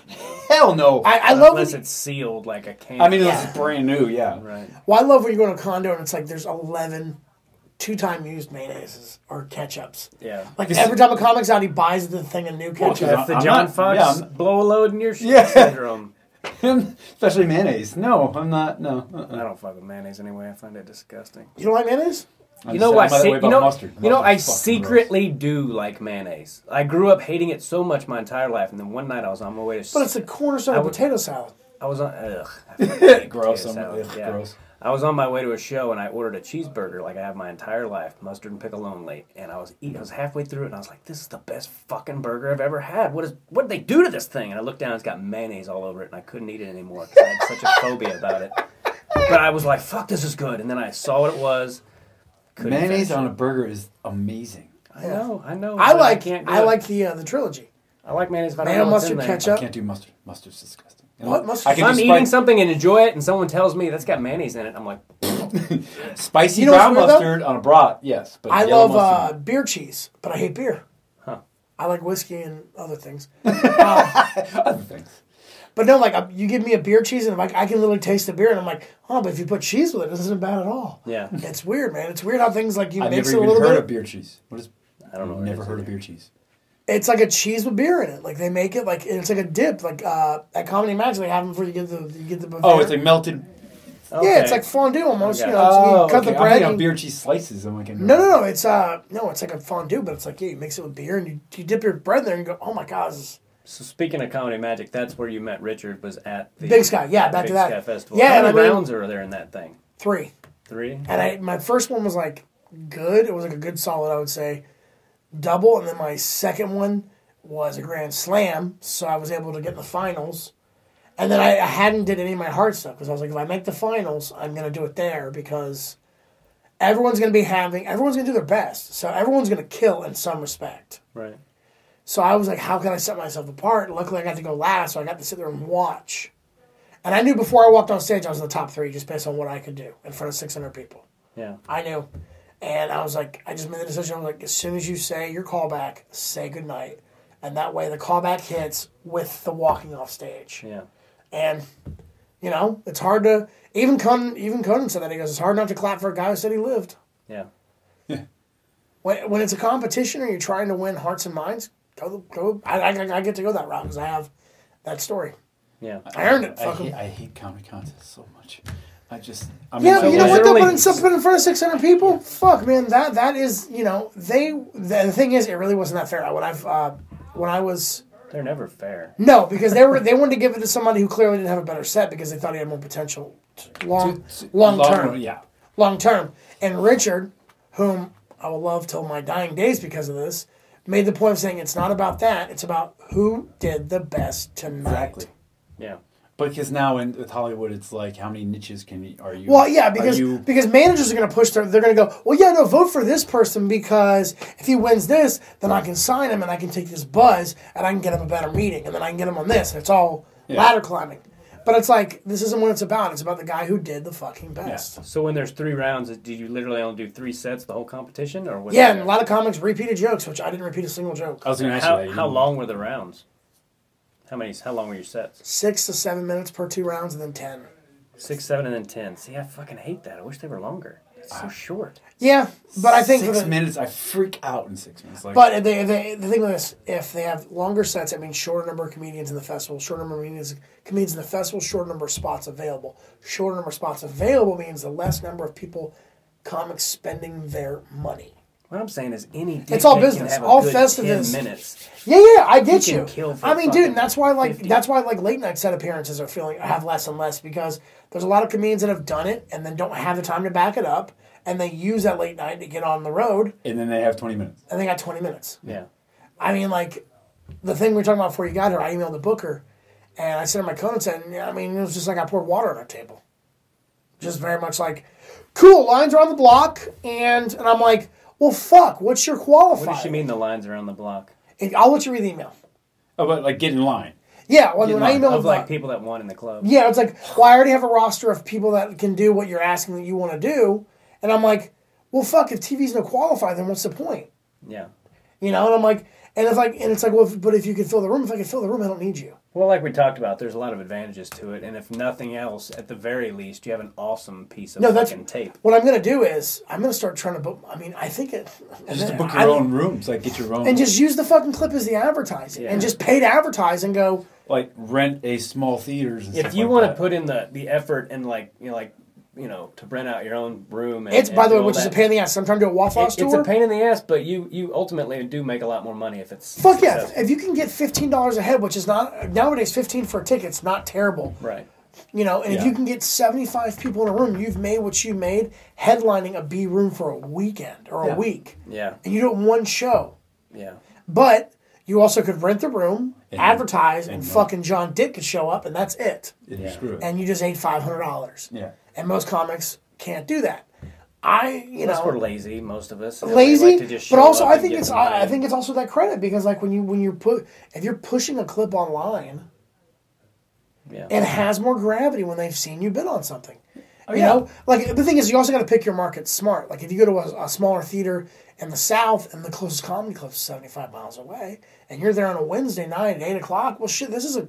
hell no.
I,
I,
I love. When,
Unless it's sealed like a can.
mean, unless
Yeah.
it's brand new. Yeah.
right.
well, I love when you go to a condo and it's like there's eleven two-time used mayonnaises or ketchups.
Yeah.
Like
This-
every time a comic's out, he buys the thing a new ketchup.
okay.
That's the
I'm
John
not-
Fox
yeah, I'm-
blow a load in your shit
Yeah.
syndrome.
Especially mayonnaise. No, I'm not. No.
I
Uh-uh.
don't fuck with mayonnaise anyway. I find it disgusting.
you don't like mayonnaise?
I'm
You
just-
know
I'm
what?
by the
se-
way
you
about
know,
mustard.
you know, I
Mustard's fucking gross.
secretly do like mayonnaise. I grew up hating it so much my entire life, and then one night I was on my way to.
But it's a cornerstone
I
of
would-
potato salad.
I was on. Ugh. I fucking hate
Gross,
potato
I'm-
salad.
ugh, gross.
I was on my way to a show and I ordered a cheeseburger like I have my entire life, mustard and pickle only. And I was eat, I was halfway through it and I was like, "This is the best fucking burger I've ever had. What is? What did they do to this thing?" And I looked down, it's got mayonnaise all over it, and I couldn't eat it anymore 'cause I had such a phobia about it. But I was like, "Fuck, this is good." And then I saw what it was. Couldn't
Mayonnaise
finish
on
it.
a burger is amazing.
I know, I know.
I
but
like.
can't do
I
it.
like the uh, the trilogy.
I like mayonnaise. But I
Mayo,
don't know what's in
mustard,
there.
ketchup.
I can't do mustard. Mustard's disgusting. And
What?
I-
Mustard's
I
If
can
I'm
do
eating
spi-
something and enjoy it, and someone tells me that's got mayonnaise in it, I'm like,
spicy
You know what's
brown
weird, though?
mustard on a brat. Yes, but
I
yellow
love uh,
mustard-
beer cheese, but I hate beer. I like whiskey and other things.
other things.
But no, like uh, you give me a beer cheese, and I'm like, I can literally taste the beer, and I'm like, oh, but if you put cheese with it, this isn't bad at all.
yeah,
It's weird, man. It's weird how things like you
I've
mix
never
it a
even
little
heard
bit.
of beer cheese. What is? I
don't know what it
Never
is
heard of
either.
beer cheese.
It's like a cheese with beer in it. Like they make it like and it's like a dip. Like uh, at Comedy Max, they have them for you get the you get the
Oh,
Bavaria.
it's like melted.
yeah, it's
Okay.
like fondue almost.
Okay.
You know, it's-
Oh,
you cut
okay.
the
I'm
bread.
thinking of
you-
beer cheese slices. I'm like,
No, no, no. It's uh, no, it's like a fondue, but it's like yeah, you mix it with beer and you, you dip your bread in there and you go, oh my god, this is
So speaking of comedy magic, that's where you met Richard was at the
Big Sky, yeah,
at
back
Big
to that.
Sky Festival.
Yeah,
How many
and I mean-
rounds are there in that thing?
three.
Three.
And I my first one was like good. It was like a good solid, I would say, double. And then my second one was a grand slam, so I was able to get in the finals. And then I, I hadn't did any of my hard stuff because I was like, if I make the finals, I'm gonna do it there because everyone's gonna be having everyone's gonna do their best, so everyone's gonna kill in some respect.
Right.
So I was like, how can I set myself apart? Luckily, I got to go last, so I got to sit there and watch. And I knew before I walked on stage, I was in the top three just based on what I could do in front of 600 people.
Yeah.
I knew. And I was like, I just made the decision. I was like, as soon as you say your callback, say goodnight. And that way the callback hits with the walking off stage.
Yeah.
And, you know, it's hard to, even Conan, even Conan said that. He goes, it's hard not to clap for a guy who said he lived.
Yeah.
When, when it's a competition or you're trying to win hearts and minds, go, go. I, I, I get to go that route because I have that story.
Yeah.
I earned it.
I,
Fuck 'em.
hate, I hate comedy contests so much. I just. I mean,
Yeah,
so
but you know
what?
what? Though,
literally-
but in, some- but in front of six hundred people, fuck, man. That that is, you know, they. The, the thing is, it really wasn't that fair. When I've uh, when I was
They're never fair.
no, because they were they wanted to give it to somebody who clearly didn't have a better set because they thought he had more potential, long long term,
Yeah.
long term. And Richard, whom I will love till my dying days because of this, made the point of saying it's not about that. It's about who did the best tonight.
Exactly.
Yeah.
Because now in with Hollywood, it's like how many niches can you are you?
Well, yeah,
are
because
you-
because managers are going to push their. They're going to go, well, yeah, no, vote for this person because if he wins this, then I can sign him and I can take this buzz and I can get him a better meeting and then I can get him on this. And it's all ladder climbing. But it's like this isn't what it's about. It's about the guy who did the fucking best.
So when there's three rounds, did you literally only do three sets the whole competition, or was
Yeah, and
It,
a lot of comics repeated jokes, which I didn't repeat a single joke.
I was going to ask you
how
that. You
how
know.
long were the rounds? How many? How long were your sets?
Six to seven minutes per two rounds, and then ten.
Six, seven, and then ten. See, I fucking hate that. I wish they were longer. It's
Ah.
so short.
Yeah, but I think for
six
the-
minutes. I freak out in six minutes. Like,
But they, they, the thing with this, if they have longer sets, it means shorter number of comedians in the festival, shorter number of comedians, comedians in the festival, shorter number of spots available. Shorter number of spots available means the less number of people comics spending their money.
What I'm saying is, any dick
It's all
pic can
business.
have a
All
good
festive
10
is-
minutes.
Yeah, yeah, I get
You
you.
can kill for
I mean, dude, and
fucking
that's why like
50.
that's why like late night set appearances are feeling have less and less because there's a lot of comedians that have done it and then don't have the time to back it up and they use that late night to get on the road
and then they have 20 minutes.
and they got 20 minutes.
Yeah.
I mean, like the thing we were talking about before you got here, I emailed the booker and I sent him my code and said, yeah, I mean, it was just like I poured water on our table. Just very much like, cool, lines are on the block. And, and I'm like, well, fuck, what's your qualifier?
What does she mean? The lines around the block.
And I'll let you read the email.
Oh, but like get in line.
Yeah, when,
Of
when I emailed the-
like people that won in the club.
Yeah, it's like, well, I already have a roster of people that can do what you're asking that you want to do. And I'm like, well, fuck, if TV's no qualifier, then what's the point?
Yeah.
You know, and I'm like, and if like, and it's like, well, if, but if you can fill the room, if I can fill the room, I don't need you.
Well, like we talked about, there's a lot of advantages to it, and if nothing else, at the very least, you have an awesome piece of
No, that's
fucking tape.
What I'm gonna do is I'm gonna start trying to book. I mean, I think it and
Just to
then
book
I-
your own rooms, like get your own.
and just use the fucking clip as the advertising,
Yeah.
and just pay to advertise and go.
like rent a small theaters. And
If you want to put in the the effort and like you know, like you know to rent out your own room, and,
It's
and
by the
do
way,
all
which is a
that,
pain in the ass. Sometimes do a Waffle
it-
House
it's
tour.
a pain in the ass, but you you ultimately do make a lot more money if it's
Fuck yeah!
successful.
If you can get fifteen dollars a head, which is not nowadays fifteen for a ticket's not terrible.
right.
You know, and if
Yeah.
you can get 75 people in a room, you've made what you made headlining a B room for a weekend or a
Yeah.
week.
Yeah,
And you do it one show.
yeah.
But you also could rent the room, advertise, and,
and run.
fucking John Dick could show up, and that's it.
yeah. screw it.
And you just ate $500.
yeah,
And most comics can't do that. I, you
Plus, we're
know,
lazy, most of us. We
lazy,
like to just
but
show
also
up
I
and
think
get
it's
some
I, I
money.
think it's also that credit because like when you when you put if you're pushing a clip online,
yeah.
it has more gravity when they've seen you bid on something. you
yeah.
know, like the thing is, you also got to pick your market smart. Like if you go to a, a smaller theater in the South and the closest comedy club is seventy five miles away, and you're there on a Wednesday night at eight o'clock, well, shit, this is a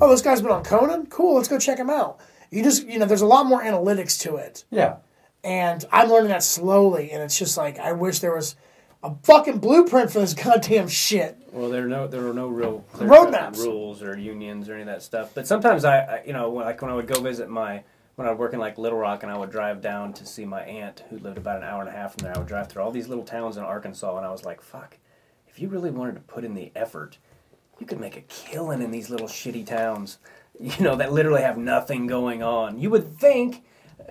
oh, this guy's been on Conan, cool, let's go check him out. You just you know, there's a lot more analytics to it,
yeah.
and I'm learning that slowly, and it's just like I wish there was a fucking blueprint for this goddamn shit.
Well, there are no there are no real clear
Roadmaps.
rules or unions or any of that stuff. But sometimes I, I you know, when, like when I would go visit my when I would work in like Little Rock and I would drive down to see my aunt who lived about an hour and a half from there. I would drive through all these little towns in Arkansas and I was like, fuck, if you really wanted to put in the effort, you could make a killing in these little shitty towns, you know, that literally have nothing going on. You would think,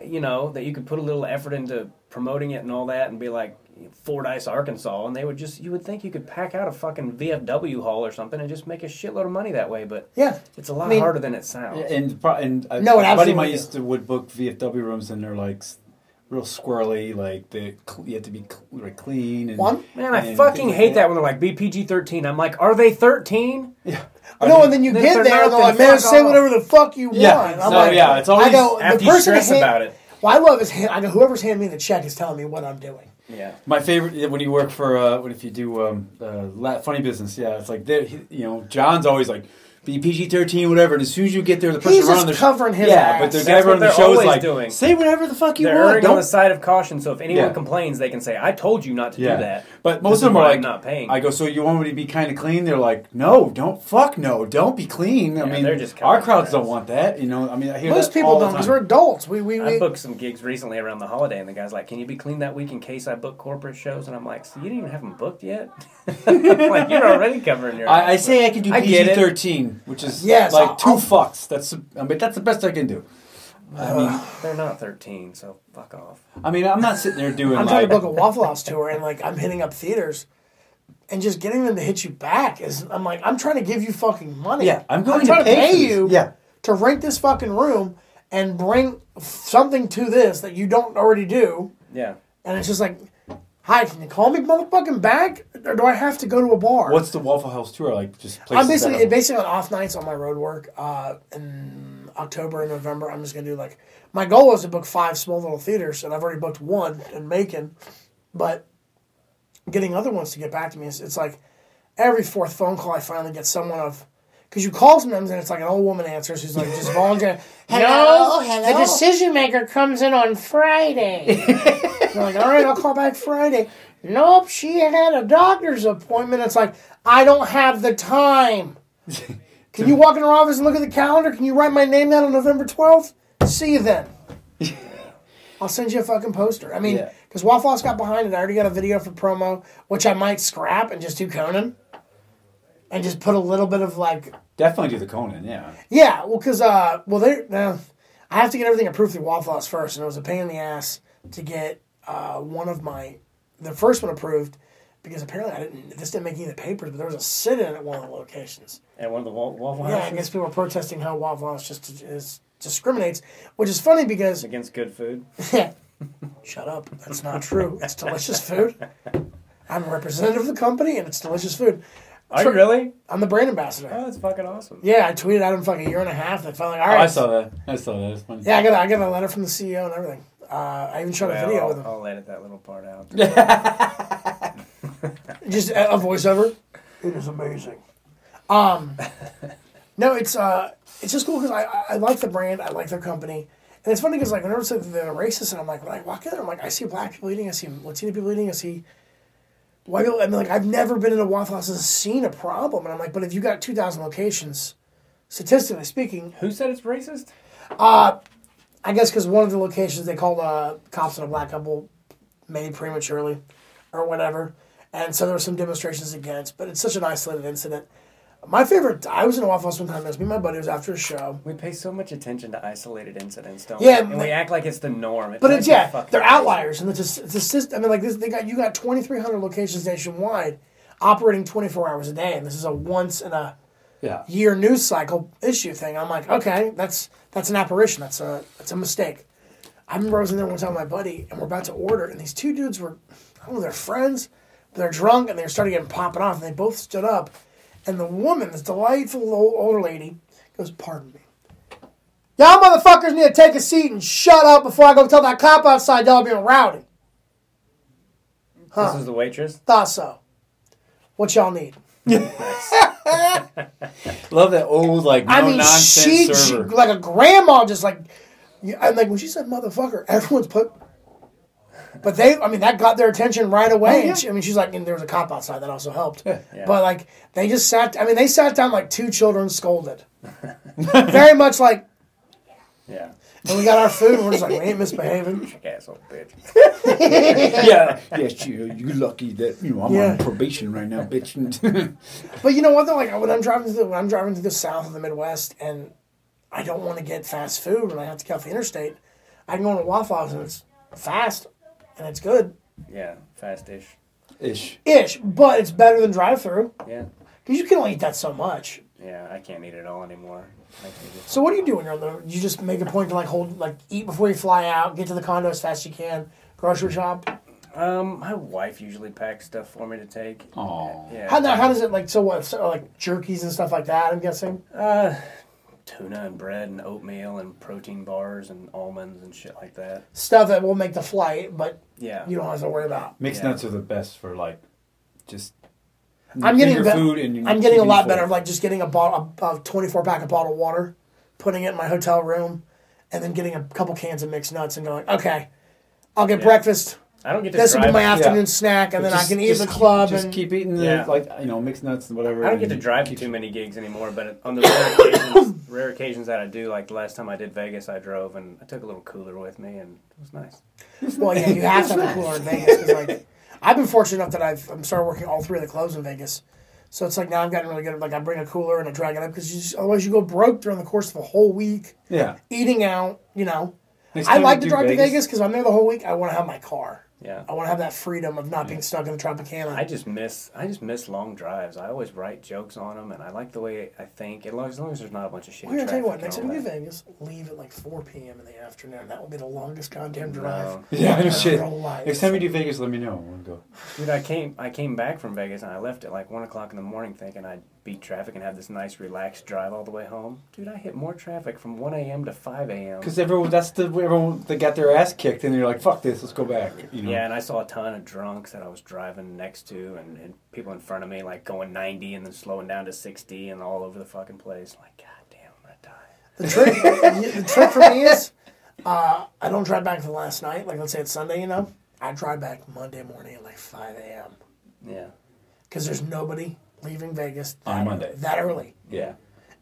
you know, that you could put a little effort into promoting it and all that and be like Fordyce, Arkansas, and they would just, you would think you could pack out a fucking VFW hall or something and just make a shitload of money that way, but
Yeah.
it's a lot
I mean-
harder than it sounds.
And pro- and uh,
No, it
a buddy of
absolutely
mine used to would book VFW rooms, and they're like s- real squirrely, like the cl- you have to be cl- like clean. And,
One?
Man, I
and
fucking
things
hate
like
that when they're like BPG 13. I'm like, are they 13?
No, and then you
Then if
get
they're
there, and
not,
they're like,
then
"Man,
fuck
say
off."
whatever the fuck you
Yeah,
want." And I'm
no,
like,
yeah, it's always
I go,
after
the
you
person
stress
hand-
about it.
Well, I love is hand, I know whoever's handing me the check is telling me what I'm doing.
Yeah.
My favorite yeah, when you work for uh, what if you do um, uh, la- funny business? Yeah, it's like there. he- You know, John's always like be PG thirteen, whatever. And as soon as you get there, the person
He's
running
just
the
covering his
yeah,
ass.
but the
That's
guy
what
running the
they're
show is
always
like
doing.
say whatever the fuck you
They're
want.
erring on
Don't
the side of caution, so if anyone
Yeah.
complains, they can say, I told you not to do that.
But
This
most
is
of them are
why
like,
I'm not paying.
I go, so you want me to be kind of clean? They're like, no, don't fuck no, don't be clean. I
Yeah,
mean,
they're just
our
covering
crowds
their
don't
ass.
want that. You know, I mean, I hear
Most
that
people
all the
don't because
time.
we're adults. We we,
I
we
booked some gigs recently around the holiday, and the guy's like, "Can you be clean that week in case I book corporate shows?" And I'm like, "So you didn't even have them booked yet? like you're already covering your."
I, I
ass."
say I can do
I get
PG
it.
thirteen, which is
Yes,
like
I'll-
2
I'll-
fucks. That's I mean, that's the best I can do. I mean,
they're not 13, so fuck off.
I mean, I'm not sitting there doing.
I'm trying
like,
to book a Waffle House tour, and like I'm hitting up theaters, and just getting them to hit you back is I'm like I'm trying to give you fucking money.
Yeah, I'm going
trying
to pay for this.
you.
Yeah.
to rent this fucking room and bring something to this that you don't already do.
Yeah,
And it's just like, hi, can you call me motherfucking back? Or do I have to go to a bar?
What's the Waffle House tour like? Just places
I'm basically
that are-
basically on off nights on my road work. Uh, in October and November, I'm just gonna do like my goal was to book five small little theaters, and I've already booked one in Macon, but getting other ones to get back to me is it's like every fourth phone call I finally get someone of. Because you call sometimes and it's like an old woman answers who's like just volunteering.
Hello,
no,
hello."
the decision maker comes in on Friday. They're like, all right, I'll call back Friday. Nope, she had a doctor's appointment. It's like, I don't have the time. Can you walk in her office and look at the calendar? Can you write my name down on November 12th? See you then. I'll send you a fucking poster. I mean,
Yeah.
because Waffle House got behind it. I already got a video for promo, which I might scrap and just do Conan, and just put a little bit of like,
Definitely do the Conan, yeah.
yeah, well, because uh, well, they now I have to get everything approved through Waffle House first, and it was a pain in the ass to get uh one of my the first one approved because apparently I didn't this didn't make any of the papers, but there was a sit in at one of the locations.
At one of the wa- Waffle
Yeah, I
Houses
guess people were protesting how Waffle House just is, discriminates, which is funny because
against good food.
Shut up. That's not true. It's delicious food. I'm a representative of the company, and it's delicious food.
Are you really?
I'm the brand ambassador.
Oh, that's fucking awesome.
Yeah, I tweeted at him for like a year and a half. They finally, all
Oh,
right.
I saw that. I saw that. It's funny.
Yeah, I got a, I got a letter from the CEO and everything. Uh, I even shot
Well, oh.
a video
I'll,
with him,
I'll edit that little part out.
just a, a voiceover. It is amazing. Um, no, it's uh, it's just cool because I, I I like the brand, I like their company, and it's funny because like whenever it's like they're racist, and I'm like when I walk in, I'm like I see black people eating, I see Latino people eating, I see Why people? I mean, like I've never been in a Waffle House and seen a problem, and I'm like, but if you got two thousand locations, statistically speaking,
Who said it's racist?
I guess because one of the locations they called uh, cops on a black couple made prematurely, or whatever, and so there were some demonstrations against. But it's such an isolated incident. My favorite. I was in a Waffle House one time. It was me and my buddy. It was after a show.
We pay so much attention to isolated incidents, don't
Yeah,
we? And we act like it's the norm.
But it's
like
yeah,
fucking
they're
crazy.
outliers, and it's just, it's just system. I mean, like this, they got you got twenty three hundred locations nationwide, operating twenty four hours a day, and this is a once in a
Yeah.
year news cycle issue thing. I'm like, okay, that's that's an apparition. That's a that's a mistake. I remember I was in there one time with my buddy, and we're about to order, and these two dudes were, I don't know, they're friends, but they're drunk, and they started getting popping off, and they both stood up, and the woman, this delightful old older lady, goes, "Pardon me." Y'all motherfuckers need to take a seat and shut up before I go tell that cop outside y'all being rowdy.
This is the waitress.
Thought so. What y'all need?
Love that old, like, no
I mean,
nonsense
she, she
server.
like a grandma, just like, yeah, and like when she said "motherfucker," everyone's put. But they, I mean, that got their attention right
Oh,
away. And she, I mean, she's like, and there was a cop outside that also helped. But like, they just sat. I mean, they sat down like two children scolded, very much like.
Yeah.
And we got our food, and we're just like, we ain't misbehaving.
Asshole bitch.
yeah. Yeah, she, you lucky that, you know, I'm
Yeah.
on probation right now, bitch.
But you know what though? Like when I'm driving through the, when I'm driving through the South of the Midwest, and I don't want to get fast food when I have to get off the interstate, I can go into Waffle House and it's fast and it's good
Yeah, fast ish.
Ish.
ish, but it's better than drive through
Yeah.
because you can only eat that so much.
Yeah, I can't eat it all anymore. I can just-
So what do you do when you're on the road? You just make a point to like hold like eat before you fly out, get to the condo as fast as you can, grocery shop.
Um, my wife usually packs stuff for me to take.
Oh.
Aw.
Yeah.
How now? How does it like so what so, like jerkies and stuff like that? I'm guessing.
Tuna and bread and oatmeal and protein bars and almonds and shit like that.
Stuff that will make the flight, but
Yeah.
you don't have to worry about.
Mixed
Yeah.
nuts are the best for, like, just.
I'm getting
your
be-
food and you're
I'm getting a
keeping
lot
full.
better. of, Like just getting a bottle, a, a 24 pack of bottled water, putting it in my hotel room, and then getting a couple cans of mixed nuts and going, okay, I'll get breakfast.
I don't get to
This will
drive.
be my afternoon
Yeah.
snack, and then I
Just-
can eat at
just
the
keep-
club.
Just
and
keep eating the,
Yeah.
like, you know, mixed nuts and whatever.
I don't get to drive to too many gigs anymore, but on the rare occasions, rare occasions that I do, like the last time I did Vegas, I drove and I took a little cooler with me, and it was nice.
Well, yeah, you have to have a cooler in Vegas. 'cause, like, I've been fortunate enough that I've I'm started working all three of the clubs in Vegas, so it's like now I've gotten really good. at Like I bring a cooler and I drag it up because otherwise you go broke during the course of a whole week
Yeah.
eating out. You know,
Next
I
time
like
we
to
do
drive to Vegas because I'm there the whole week. I want to have my car.
Yeah.
I want to have that freedom of not being stuck in the Tropicana.
I just miss I just miss long drives. I always write jokes on them, and I like the way I think. As long as, long as there's not a bunch of shit.
We're gonna tell you what. Next
traffic
time
and
we
all
do
that.
Vegas, leave at like 4 p.m. in the afternoon. That will be the longest goddamn drive.
Yeah, no shit.
Real life.
Next time you do Vegas, let me know. We'll go.
Dude, I came I came back from Vegas and I left at like one o'clock in the morning thinking I'd beat traffic and have this nice relaxed drive all the way home. Dude, I hit more traffic from one a.m. to five a.m.
Because everyone, that's the everyone that got their ass kicked, and they're like, "Fuck this, let's go back." You know.
Yeah, and I saw a ton of drunks that I was driving next to, and, and people in front of me like going ninety and then slowing down to sixty and all over the fucking place. I'm like, God damn, I'm gonna die.
The trick, the trick for me is, uh, I don't drive back to last night. Like let's say it's Sunday, you know, I drive back Monday morning at like 5 a.m.
Yeah,
because there's nobody leaving Vegas
On
that-
Monday.
that early.
Yeah.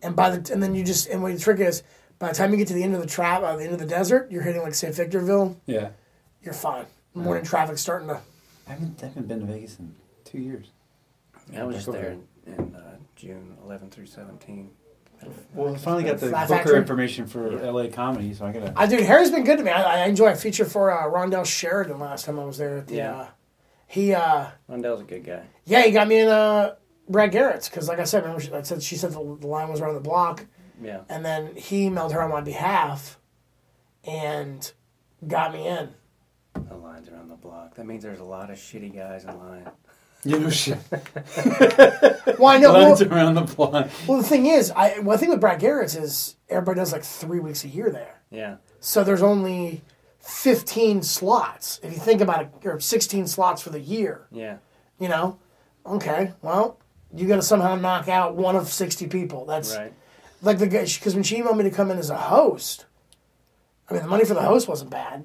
And by the and then you just and what the trick is, By the time you get to the end of the trap, uh, the end of the desert, you're hitting like say Victorville.
Yeah.
You're fine.
Mm-hmm.
Morning traffic's starting to.
I haven't, I haven't been to Vegas in two years.
I was just
over
there in, in uh, June 11 through 17.
Well, I finally got the
Fly
Booker
Factory?
information for LA comedy, so I gotta.
I dude, Harry's been good to me. I, I enjoy a feature for uh, Rondell Sheridan last time I was there. At the,
Yeah.
Uh, he uh,
Rondell's a good guy.
yeah, he got me in uh, Brad Garrett's because like I said, remember she, I said she said the, the line was around the block.
Yeah.
and then he emailed her on my behalf and got me in.
The line's around the block. That means there's a lot of shitty guys in line.
You know, shit.
Well, I know.
Lines
Well,
around the block.
well, the thing is, I well, the thing with Brad Garrett's is everybody does like three weeks a year there,
Yeah.
so there's only fifteen slots if you think about it, or sixteen slots for the year.
Yeah.
You know, okay, well, you got to somehow knock out one of sixty people. That's
Right.
like the because when she emailed me to come in as a host, I mean the money for the host wasn't bad.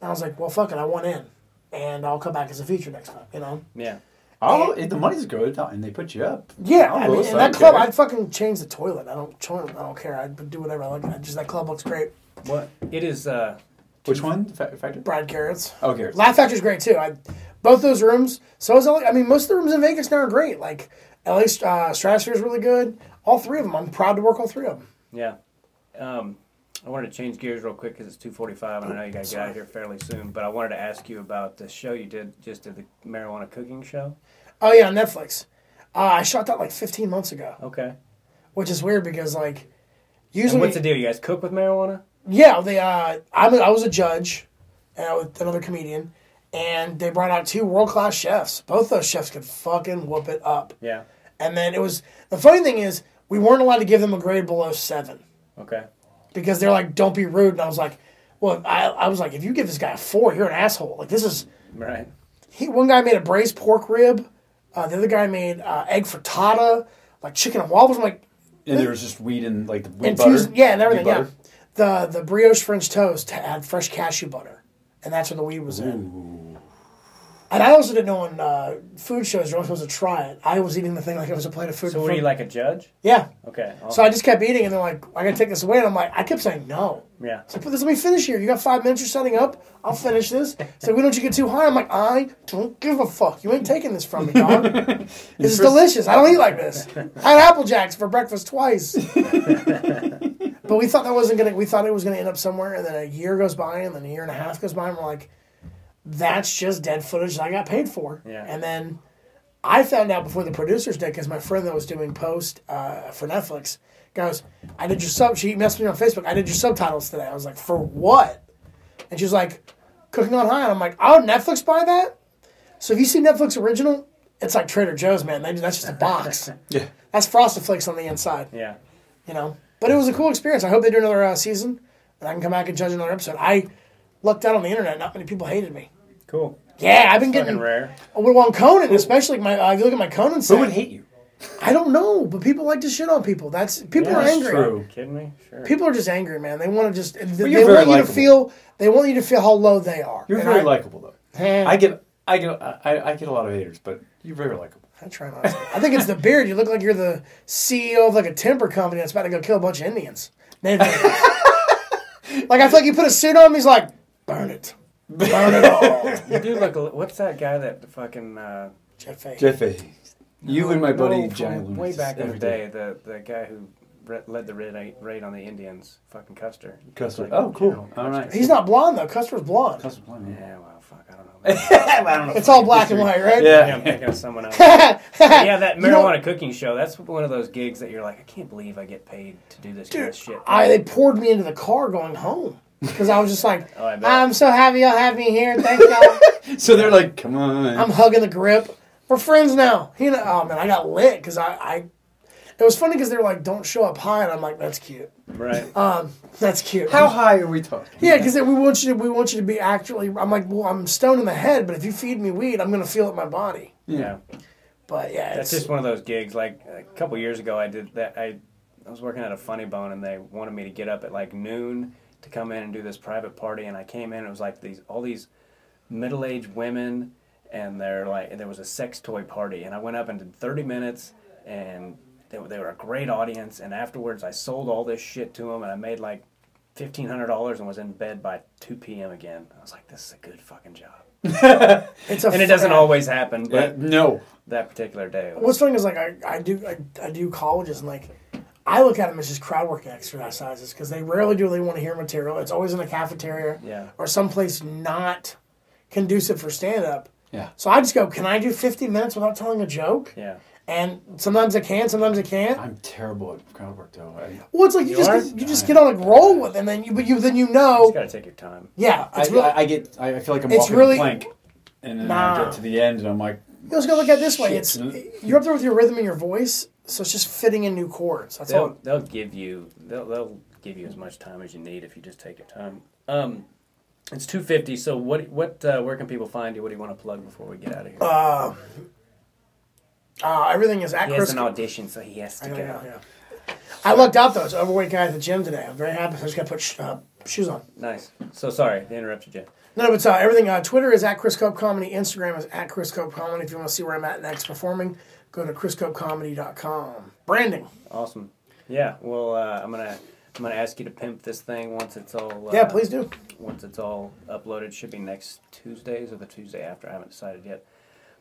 And I was like, well, fuck it, I want in, and I'll come back as a feature next time. You know?
Yeah.
Oh, if the money's good, and they put you up.
Yeah,
I'll
I mean,
host,
in
I
that
don't
club,
care.
I'd fucking change the toilet. I don't, cho- I don't care. I'd do whatever I like. I just that club looks great.
What? It is, uh,
Which one? The Fa- Factory?
Brad Carrots.
Oh, here.
Laugh Factory's great too. I, both those rooms. So is LA, I mean, most of the rooms in Vegas now are great. Like LA uh, Stratosphere's really good. All three of them. I'm proud to work all three of them.
yeah. Um, I wanted to change gears real quick because it's 2:45, and I know you got out here fairly soon. But I wanted to ask you about the show you did just did the marijuana cooking show.
Oh yeah, Netflix. Uh, I shot that like 15 months ago.
Okay.
which is weird because like
And
usually
what's the deal? You guys cook with marijuana?
yeah they uh I'm a, I was a judge and I was another comedian and they brought out two world class chefs both those chefs could fucking whoop it up
Yeah.
and then it was the funny thing is we weren't allowed to give them a grade below seven
Okay.
because they're like don't be rude and I was like well I I was like if you give this guy a four you're an asshole like this is
Right.
he one guy made a braised pork rib uh, the other guy made uh, egg frittata like chicken and waffles I'm like
And there was just weed and like the weed
Infused-
butter.
yeah, and everything.
Weed
Yeah,
butter.
the the brioche French toast had fresh cashew butter, and that's where the weed was in. And I also didn't know on uh, food shows you're only supposed to try it. I was eating the thing like it was a plate of food.
So
in
were you
front-
like Oh. a judge?
Yeah.
Okay.
So I just kept eating, and they're like, "I gotta take this away," and I'm like, I kept saying no.
yeah.
It's like, but this let me finish here. You got five minutes. You're setting up. I'll finish this. It's like, why don't you get too high? I'm like, I don't give a fuck. You ain't taking this from me, dog. this is delicious. I don't eat like this. I had apple jacks for breakfast twice. but we thought that wasn't gonna. We thought it was gonna end up somewhere, and then a year goes by, and then a year and a half goes by, and we're like, that's just dead footage that I got paid for.
Yeah.
And then I found out before the producers did because my friend that was doing post uh, for Netflix goes, I did your sub. She messaged me on Facebook. I did your subtitles today. I was like, for what? And she was like, cooking on high. And I'm like, oh, Netflix buy that? So if you see Netflix original, it's like Trader Joe's, man. They, that's just a box.
Yeah.
that's Frosted Flakes on the inside,
Yeah.
you know. But it was a cool experience. I hope they do another uh, season, and I can come back and judge another episode. I lucked out on the internet. Not many people hated me.
Cool.
Yeah, I've been
Fucking
getting
rare.
well, on Conan, especially my. Uh, if you look at my Conan set,
Who would hate you?
I don't know, but people like to shit on people. That's people
Yeah,
are
that's
angry.
true.
Kidding me? Sure.
People are just angry, man. They want to just. They,
you're
they want
very
you to
likable.
feel. They want you to feel how low they are.
You're
And
very
I-
likable though.
Eh,
I get, I get, I, I get a lot of haters, but you're very likable.
I try not. to. I think it's the beard. You look like you're the CEO of like a timber company that's about to go kill a bunch of Indians. Native Indians. like I feel like you put a suit on him. He's like, burn it, burn it all.
You do look. a li- What's that guy that fucking? Uh,
Jeff Fahey.
Jeffy, you and my buddy
no, from
Johnny Lunas.
Way back in the
every
day, the the guy who re- led the raid, raid on the Indians, fucking Custer.
Custer.
Like, General
oh, cool.
Custer.
All right.
He's not blonde though. Custer's blonde.
Custer's blind, man.
Yeah. Well, fuck. I don't know. man.
I don't know.
It's all black and white, right?
Maybe I'm
Yeah.
thinking of someone else. yeah, that
You know-
marijuana cooking show. That's one of those gigs that you're like, I can't believe I get paid to do this kind of shit.
I they poured me into the car going home because I was just like,
Oh, I bet.
I'm so happy y'all have me here. Thank y'all.
So they're like, come on.
I'm hugging the grip. We're friends now. You know, oh man, I got lit because I, I. It was funny because they were like, "Don't show up high," and I'm like, "That's cute.
right.
That's cute."
How high are we talking?
Yeah, because we want you to we want you to be actually. I'm like, well, I'm stoned in the head, but if you feed me weed, I'm gonna feel it in my body.
yeah.
But yeah,
That's
it's,
just one of those gigs. Like a couple years ago, I did that. I I was working at a Funny Bone, and they wanted me to get up at like noon to come in and do this private party. And I came in, and it was like these all these middle aged women, and they're like, and there was a sex toy party. And I went up and did thirty minutes, and They, were- they were a great audience, and afterwards I sold all this shit to them, and I made like fifteen hundred dollars and was in bed by two p.m. again. I was like, this is a good fucking job,
It's a
and it doesn't
fr-
always happen, but
no.
that particular day. Was,
What's funny is like I, I do I, I do colleges and like I look at them as just crowd work exercises because they rarely do they want to hear material. It's always in a cafeteria
Yeah.
or someplace not conducive for stand up.
Yeah.
So I just go, can I do 50 minutes without telling a joke?
yeah,
And sometimes I can, sometimes I can't.
I'm terrible at crowd work though. I,
Well, it's like you,
You
just
are?
you just get on like roll with, it, and then you but you then you
you
know,
got to take your time.
yeah,
I,
it's really,
I, I get. I I feel like I'm
It's
walking
really-
a plank, and then I
Nah.
get to the end, and I'm like,
you also gotta look at it this way.
Shit,
It's
man.
you're up there with your rhythm and your voice, so it's just fitting in new chords. That's all.
They'll they'll give you they'll they'll give you as much time as you need if you just take your time. Um, it's two fifty. So what what uh, where can people find you? What do you want to plug before we get out of here?
Uh, everything is at
he
Chris.
has an audition, so he has to
I,
go.
know, yeah. I lucked out though. It's an overweight guy at the gym today. I'm very happy. I just got to put sh- uh, shoes on.
Nice. So sorry, they interrupted you.
No, but uh, everything. Uh, Twitter is at Chris Cope Comedy. Instagram is at Chris Cope Comedy. If you want to see where I'm at next performing, go to chriscopecomedy.com. Branding.
Awesome. Yeah. Well, uh, I'm gonna I'm gonna ask you to pimp this thing once it's all. Uh,
Yeah, please do.
Once it's all uploaded, should be next Tuesdays or the Tuesday after. I haven't decided yet.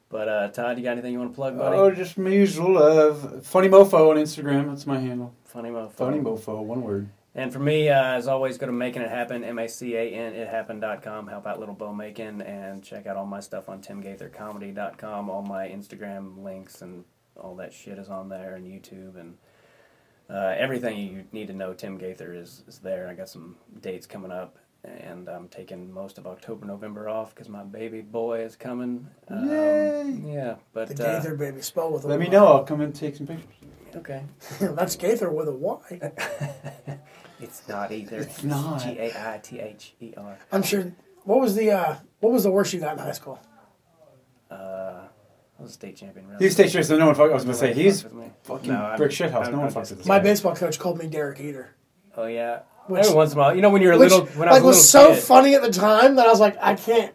But uh, Todd, you got anything you want to plug, buddy?
Uh,
oh, just my usual of funny mofo on Instagram. That's my handle.
Funny mofo.
Funny mofo, one word.
And for me, uh, as always, go to Making It Happen, M A C A N It Happen.com. Help out Little Bo Macon and check out all my stuff on TimGaitherComedy.com. All my Instagram links and all that shit is on there, and YouTube and uh, everything you need to know. Tim Gaither is, is there. I got some dates coming up, and I'm taking most of October, November off because my baby boy is coming. Um,
Yay!
Yeah,
The
but uh,
Gaither baby. Spell with a
Let me
Y.
know. I'll come and take some pictures.
okay,
That's Gaither with a Y.
it's not either. It's
not.
G A I T H E R.
I'm sure. What was the uh, what was the worst you got in high school?
I was a state champion.
He's state champion, so no one. Fuck, I was gonna say he's
fuck with me.
fucking
No, I'm-
brick shit house.
I'm-
No one
I'm
fucks
just-
with this.
My
guy.
baseball coach called me Derek Eater,
Oh yeah.
Which-
Every once in a while, you know, when you're a
which
little, when
like
I was a little
was so
kid,
funny at the time that I was like, I can't.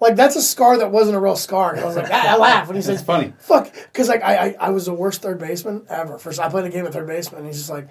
Like that's a scar that wasn't a real scar. I was like, I, I laugh when he says
It's funny.
Fuck, because like I, I I was the worst third baseman ever. First, I played a game at third baseman, and he's just like,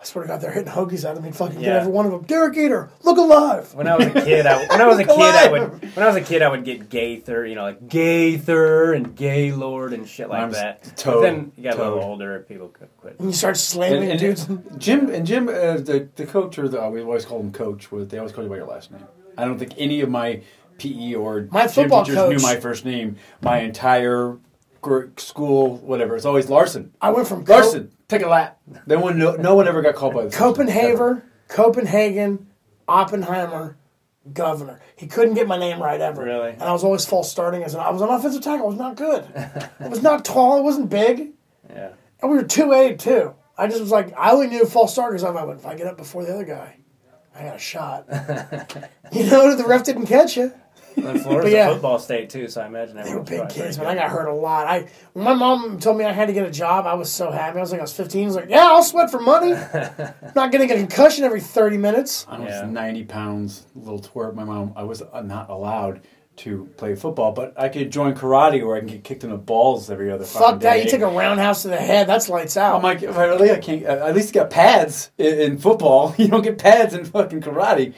I swear to God, they're hitting hoagies at him. He'd fucking get
Yeah.
every one of them. Derek Eater, look alive.
When I was a kid, I when I was a kid, I would when I was a kid, I would get Gaither, you know, like Gaither and Gaylord and shit like
Mine's
that. But
Toad.
then you got a little
Toad.
older, people could quit.
And you start
And,
slamming
and
dudes.
Jim and Jim, uh, the the coach or the uh, we always call him coach. Where they always call you by your last name. I don't think any of my PE or
My
gym
football
teachers
coach-
knew my first name. My entire gr- school, whatever, it's always Larson.
I went from
Larson, take a lap. They one, no, no one ever got called by the
Co- Copenhagen, Copenhagen, Oppenheimer, Governor. He couldn't get my name right ever.
Really?
And I was always false starting as an. I was an offensive tackle. I was not good. I was not tall. I wasn't big.
Yeah.
And we were two A too. I just was like, I only knew false starters. I'm like, if I get up before the other guy, I got a shot. you know, the ref didn't catch you.
And Florida's
yeah.
a football state too, so I imagine
They were
everyone's
big
probably pretty
kids,
good.
man. I got hurt a lot. I when my mom told me I had to get a job, I was so happy. I was like, I was 15. I was like, yeah, I'll sweat for money. not getting a concussion every 30 minutes.
I was
Yeah.
90 pounds, little twerp. My mom, I was uh, not allowed to play football, but I could join karate where I can get kicked in the balls every other fucking
Fuck that!
day.
You take a roundhouse to the head. That's lights out.
I'm like, if I really, I can't. I at least got pads in, in football. You don't get pads in fucking karate.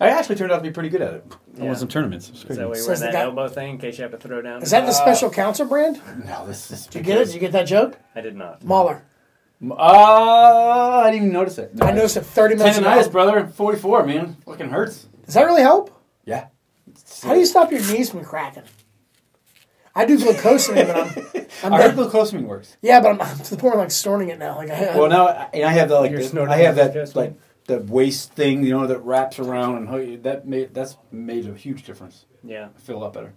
I actually turned out to be pretty good at it. I
Yeah.
won some tournaments. It was
Is
crazy.
that why you
Says
wear
the
that
guy-
elbow thing in case you have to throw down?
is that the special counsel brand?
no, this is.
Did you get it? Did you get that joke?
I did not.
Mahler.
Ah, uh, I didn't even notice it. No,
I noticed it 30 minutes ago.
Tendonitis, brother. I'm 44, man. Fucking hurts.
Does that really help?
Yeah.
How do you stop your knees from cracking? I do glucosamine, but I'm, I'm
I heard
dead.
glucosamine works.
yeah, but I'm, I'm to the point where I'm like snorting it now. Like I,
Well, now I- and I have the like
You're
the-
snorting
I have
glucosamine.
that like the waist thing, you know, that wraps around and how you, that made that's made a huge difference.
Yeah.
I feel a lot better.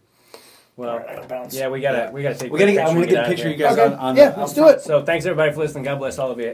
Well.
I gotta bounce.
Yeah, we gotta we gotta take.
We gotta.
a
Get, I'm gonna
and
get a
out of
picture of you
here.
guys
Okay.
on, on
yeah,
the,
let's
out
do it.
So thanks everybody for listening. God bless all of you.